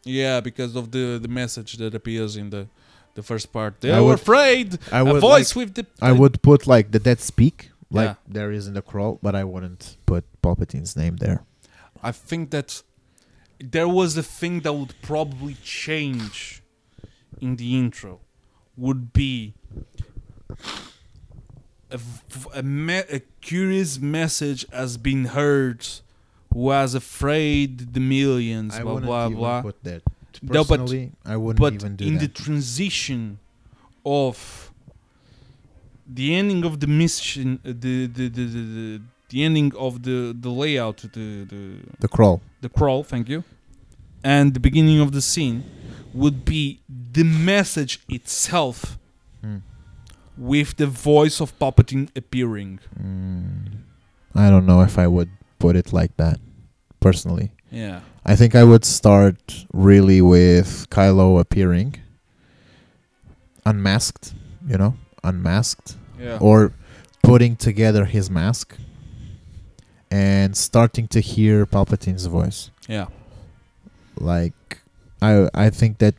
[SPEAKER 1] Yeah, because of the, the message that appears in the, the first part. They
[SPEAKER 2] I
[SPEAKER 1] were
[SPEAKER 2] would-
[SPEAKER 1] afraid.
[SPEAKER 2] I
[SPEAKER 1] a
[SPEAKER 2] would like-
[SPEAKER 1] voice with the.
[SPEAKER 2] I would put like the dead speak, like
[SPEAKER 1] Yeah.
[SPEAKER 2] there is in the crawl, but I wouldn't put Palpatine's name there.
[SPEAKER 1] I think that there was a thing that would probably change in the intro would be a, v- a me- a curious message has been heard was afraid the millions blah blah blah
[SPEAKER 2] put that.
[SPEAKER 1] No, but-
[SPEAKER 2] Personally, I wouldn't
[SPEAKER 1] but
[SPEAKER 2] even do
[SPEAKER 1] in the
[SPEAKER 2] that.
[SPEAKER 1] transition of the ending of the mission uh, the the, the, the, the the ending of the, the layout, the, the
[SPEAKER 2] the crawl.
[SPEAKER 1] the crawl, thank you, and the beginning of the scene would be the message itself with the voice of Palpatine appearing.
[SPEAKER 2] I don't know if I would put it like that, personally.
[SPEAKER 1] Yeah.
[SPEAKER 2] I think I would start really with Kylo appearing, unmasked, you know, unmasked,
[SPEAKER 1] Yeah.
[SPEAKER 2] or putting together his mask and starting to hear Palpatine's voice.
[SPEAKER 1] yeah.
[SPEAKER 2] Like, I I think that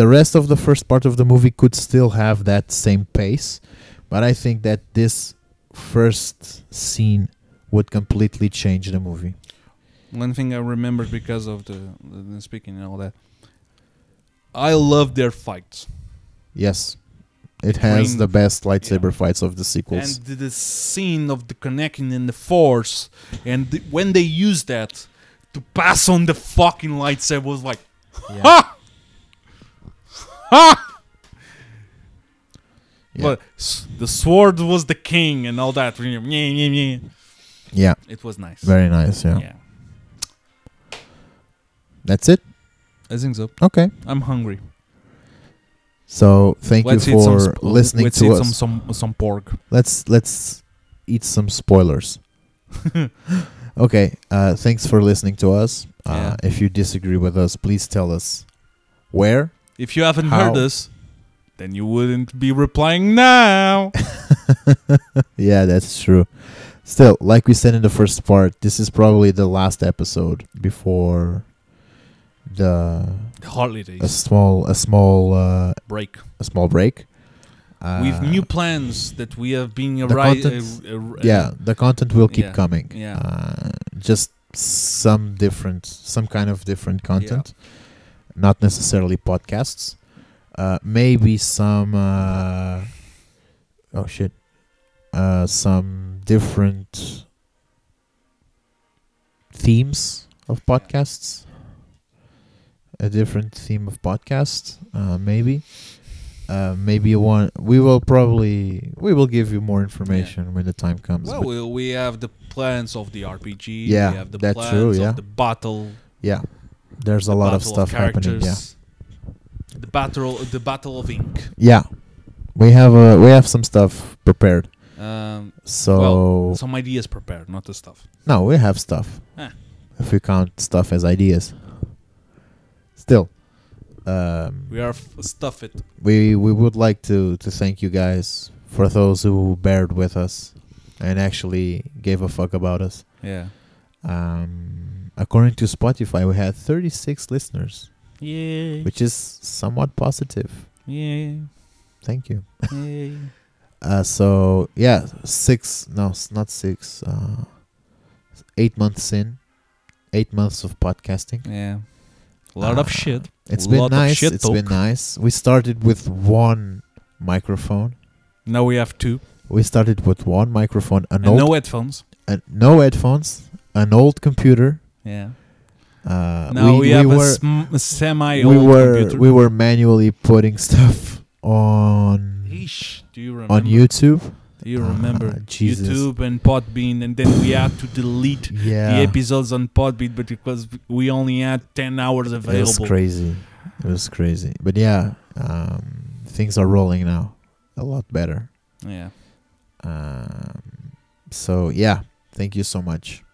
[SPEAKER 2] the rest of the first part of the movie could still have that same pace, but I think that this first scene would completely change the movie.
[SPEAKER 1] One thing I remember because of the, the, the speaking and all that. I love their fights.
[SPEAKER 2] Yes. It has
[SPEAKER 1] Between-
[SPEAKER 2] the best lightsaber fights of the
[SPEAKER 1] and
[SPEAKER 2] sequels.
[SPEAKER 1] the, the scene of the connecting and the force and the, when they use that to pass on the fucking lightsaber was like ha ha
[SPEAKER 2] Yeah.
[SPEAKER 1] but s- the sword was the king and all that Nyeh, nyeh, nyeh.
[SPEAKER 2] yeah,
[SPEAKER 1] it was nice
[SPEAKER 2] very nice. Yeah.
[SPEAKER 1] yeah
[SPEAKER 2] That's it.
[SPEAKER 1] i think so
[SPEAKER 2] Okay.
[SPEAKER 1] i'm hungry
[SPEAKER 2] So thank you
[SPEAKER 1] eat
[SPEAKER 2] for
[SPEAKER 1] some sp-
[SPEAKER 2] listening
[SPEAKER 1] let's
[SPEAKER 2] to
[SPEAKER 1] eat
[SPEAKER 2] us.
[SPEAKER 1] some some some pork
[SPEAKER 2] let's let's eat some spoilers. okay. Uh, thanks for listening to us. Uh, If you disagree with us, please tell us where.
[SPEAKER 1] if you haven't heard
[SPEAKER 2] How?
[SPEAKER 1] us then you wouldn't be replying now
[SPEAKER 2] Yeah, that's true. Still, like we said in the first part, this is probably the last episode before the a
[SPEAKER 1] holidays
[SPEAKER 2] small a small uh,
[SPEAKER 1] break
[SPEAKER 2] a small break. Uh,
[SPEAKER 1] with new plans that we have been
[SPEAKER 2] the
[SPEAKER 1] arri-
[SPEAKER 2] contents-
[SPEAKER 1] uh, uh,
[SPEAKER 2] yeah, the content will keep
[SPEAKER 1] Yeah,
[SPEAKER 2] coming.
[SPEAKER 1] yeah.
[SPEAKER 2] Uh, just some different, some kind of different content, not necessarily podcasts. Uh, maybe some. Uh, oh shit! Uh, some different themes of podcasts. A different theme of podcasts, uh, maybe. Uh, maybe one. We will probably we will give you more information when the time comes.
[SPEAKER 1] Well,
[SPEAKER 2] but-
[SPEAKER 1] we, we have the plans of the RPG.
[SPEAKER 2] Yeah,
[SPEAKER 1] we have the
[SPEAKER 2] that's
[SPEAKER 1] plans
[SPEAKER 2] true, yeah.
[SPEAKER 1] of the battle.
[SPEAKER 2] Yeah, there's a
[SPEAKER 1] the
[SPEAKER 2] lot of
[SPEAKER 1] battle
[SPEAKER 2] stuff happening. Yeah,
[SPEAKER 1] characters, The battle, the battle of ink.
[SPEAKER 2] yeah, we have a we have some stuff prepared.
[SPEAKER 1] Um,
[SPEAKER 2] So
[SPEAKER 1] Well, some ideas prepared, not the stuff.
[SPEAKER 2] no, we have stuff.
[SPEAKER 1] Ah.
[SPEAKER 2] If we count stuff as ideas, still, um,
[SPEAKER 1] We are f- stuff it.
[SPEAKER 2] we we would like to to thank you guys for those who bared with us and actually gave a fuck about us.
[SPEAKER 1] Yeah.
[SPEAKER 2] Um, according to Spotify, we had 36 listeners,
[SPEAKER 1] Yeah.
[SPEAKER 2] which is somewhat positive.
[SPEAKER 1] Yeah.
[SPEAKER 2] Thank you.
[SPEAKER 1] Yeah.
[SPEAKER 2] Uh, so yeah, six. No, it's not six. Uh, eight months in, eight months of podcasting.
[SPEAKER 1] yeah. A lot
[SPEAKER 2] Uh,
[SPEAKER 1] of shit.
[SPEAKER 2] It's
[SPEAKER 1] Lot
[SPEAKER 2] been
[SPEAKER 1] of
[SPEAKER 2] nice.
[SPEAKER 1] shit
[SPEAKER 2] It's been
[SPEAKER 1] talk.
[SPEAKER 2] nice. We started with one microphone.
[SPEAKER 1] Now we have two.
[SPEAKER 2] We started with one microphone, an
[SPEAKER 1] and
[SPEAKER 2] old,
[SPEAKER 1] no headphones.
[SPEAKER 2] an- no headphones, an old computer.
[SPEAKER 1] Yeah.
[SPEAKER 2] Uh,
[SPEAKER 1] now we, have a,
[SPEAKER 2] were
[SPEAKER 1] sm- a semi
[SPEAKER 2] we
[SPEAKER 1] old
[SPEAKER 2] were
[SPEAKER 1] computer.
[SPEAKER 2] we were manually putting stuff on
[SPEAKER 1] Eesh, do you remember?
[SPEAKER 2] on YouTube.
[SPEAKER 1] Do you
[SPEAKER 2] Ah,
[SPEAKER 1] remember
[SPEAKER 2] Jesus.
[SPEAKER 1] YouTube and Podbean, and then we had to delete the
[SPEAKER 2] Yeah,
[SPEAKER 1] episodes on Podbean, but because we only had ten hours
[SPEAKER 2] It was
[SPEAKER 1] available.
[SPEAKER 2] crazy. It was crazy. But yeah, um, things are rolling now a lot better.
[SPEAKER 1] Yeah,
[SPEAKER 2] Um, so yeah, thank you so much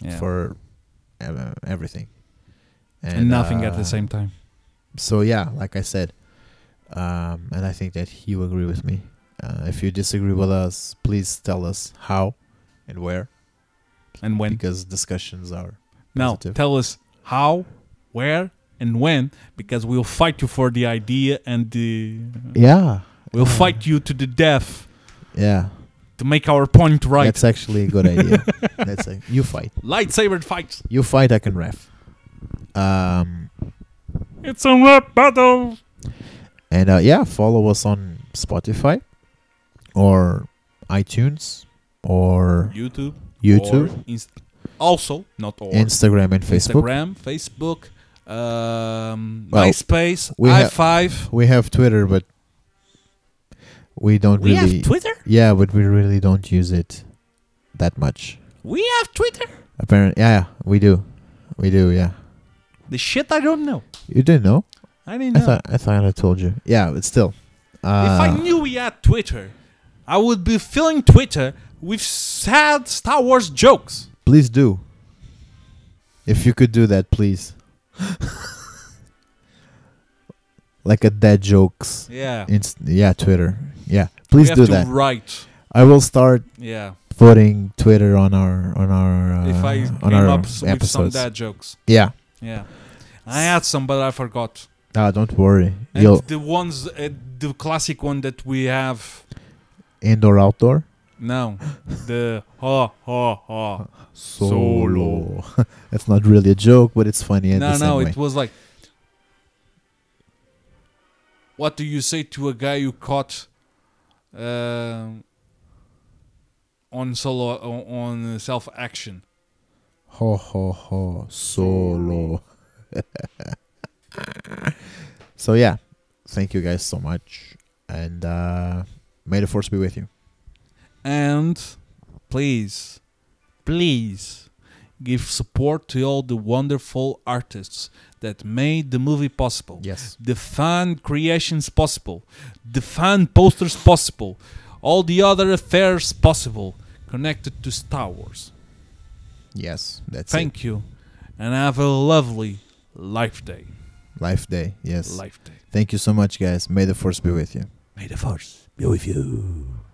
[SPEAKER 1] yeah,
[SPEAKER 2] for uh, everything.
[SPEAKER 1] and nothing at
[SPEAKER 2] uh,
[SPEAKER 1] the same time.
[SPEAKER 2] So yeah, like I said, um, and I think that you agree with me. Uh, if you disagree with us, please tell us how and where,
[SPEAKER 1] And when?
[SPEAKER 2] because discussions are
[SPEAKER 1] Now
[SPEAKER 2] positive.
[SPEAKER 1] tell us how, where, and when, because we'll fight you for the idea, and the
[SPEAKER 2] yeah,
[SPEAKER 1] we'll fight you to the death
[SPEAKER 2] yeah.
[SPEAKER 1] to make our point right.
[SPEAKER 2] That's actually a good idea. That's a, you fight.
[SPEAKER 1] Lightsaber fights.
[SPEAKER 2] You fight, I can ref. Um,
[SPEAKER 1] It's a rap battle.
[SPEAKER 2] and uh, yeah, follow us on Spotify or iTunes or
[SPEAKER 1] YouTube,
[SPEAKER 2] YouTube,
[SPEAKER 1] or Inst- also not all.
[SPEAKER 2] Instagram, and Facebook.
[SPEAKER 1] Instagram, Facebook, um,
[SPEAKER 2] Well,
[SPEAKER 1] MySpace,
[SPEAKER 2] we ha-
[SPEAKER 1] i5.
[SPEAKER 2] We have Twitter, but we don't
[SPEAKER 1] We
[SPEAKER 2] really.
[SPEAKER 1] have Twitter.
[SPEAKER 2] yeah, but we really don't use it that much.
[SPEAKER 1] We have Twitter.
[SPEAKER 2] Apparently, yeah, yeah, we do, we do, yeah.
[SPEAKER 1] The shit I don't know.
[SPEAKER 2] You didn't know?
[SPEAKER 1] I I didn't
[SPEAKER 2] I
[SPEAKER 1] know.
[SPEAKER 2] thought I thought I told you. Yeah, but still. Uh,
[SPEAKER 1] if I knew we had Twitter, I would be filling Twitter with sad Star Wars jokes.
[SPEAKER 2] please do. If you could do that, please. like a dead jokes.
[SPEAKER 1] Yeah.
[SPEAKER 2] Inst- yeah, Twitter. Yeah, please
[SPEAKER 1] we
[SPEAKER 2] do
[SPEAKER 1] have
[SPEAKER 2] that.
[SPEAKER 1] to write.
[SPEAKER 2] I will start
[SPEAKER 1] Yeah.
[SPEAKER 2] putting Twitter on our on our uh,
[SPEAKER 1] if I
[SPEAKER 2] on
[SPEAKER 1] came
[SPEAKER 2] our
[SPEAKER 1] up s- with some
[SPEAKER 2] episodes.
[SPEAKER 1] dad jokes.
[SPEAKER 2] yeah.
[SPEAKER 1] Yeah. I had some, but I forgot.
[SPEAKER 2] Ah, don't worry.
[SPEAKER 1] And
[SPEAKER 2] You'll
[SPEAKER 1] the ones, uh, the classic one that we have
[SPEAKER 2] indoor outdoor
[SPEAKER 1] now, the ha ha ha solo.
[SPEAKER 2] That's not really a joke, but it's funny. in
[SPEAKER 1] no,
[SPEAKER 2] the same
[SPEAKER 1] no,
[SPEAKER 2] way.
[SPEAKER 1] it was like, what do you say to a guy who caught um uh, on solo on on self action?
[SPEAKER 2] Ho ho ho solo. so yeah, thank you guys so much, and uh, may the force be with you.
[SPEAKER 1] And please, please give support to all the wonderful artists that made the movie possible.
[SPEAKER 2] Yes.
[SPEAKER 1] the fan creations possible, the fan posters possible, all the other affairs possible connected to Star Wars.
[SPEAKER 2] Yes. That's
[SPEAKER 1] Thank you, and have a lovely life day.
[SPEAKER 2] it. Life Day. Yes.
[SPEAKER 1] Life day.
[SPEAKER 2] Thank you so much, guys. May the force be with you.
[SPEAKER 1] May the force be with you.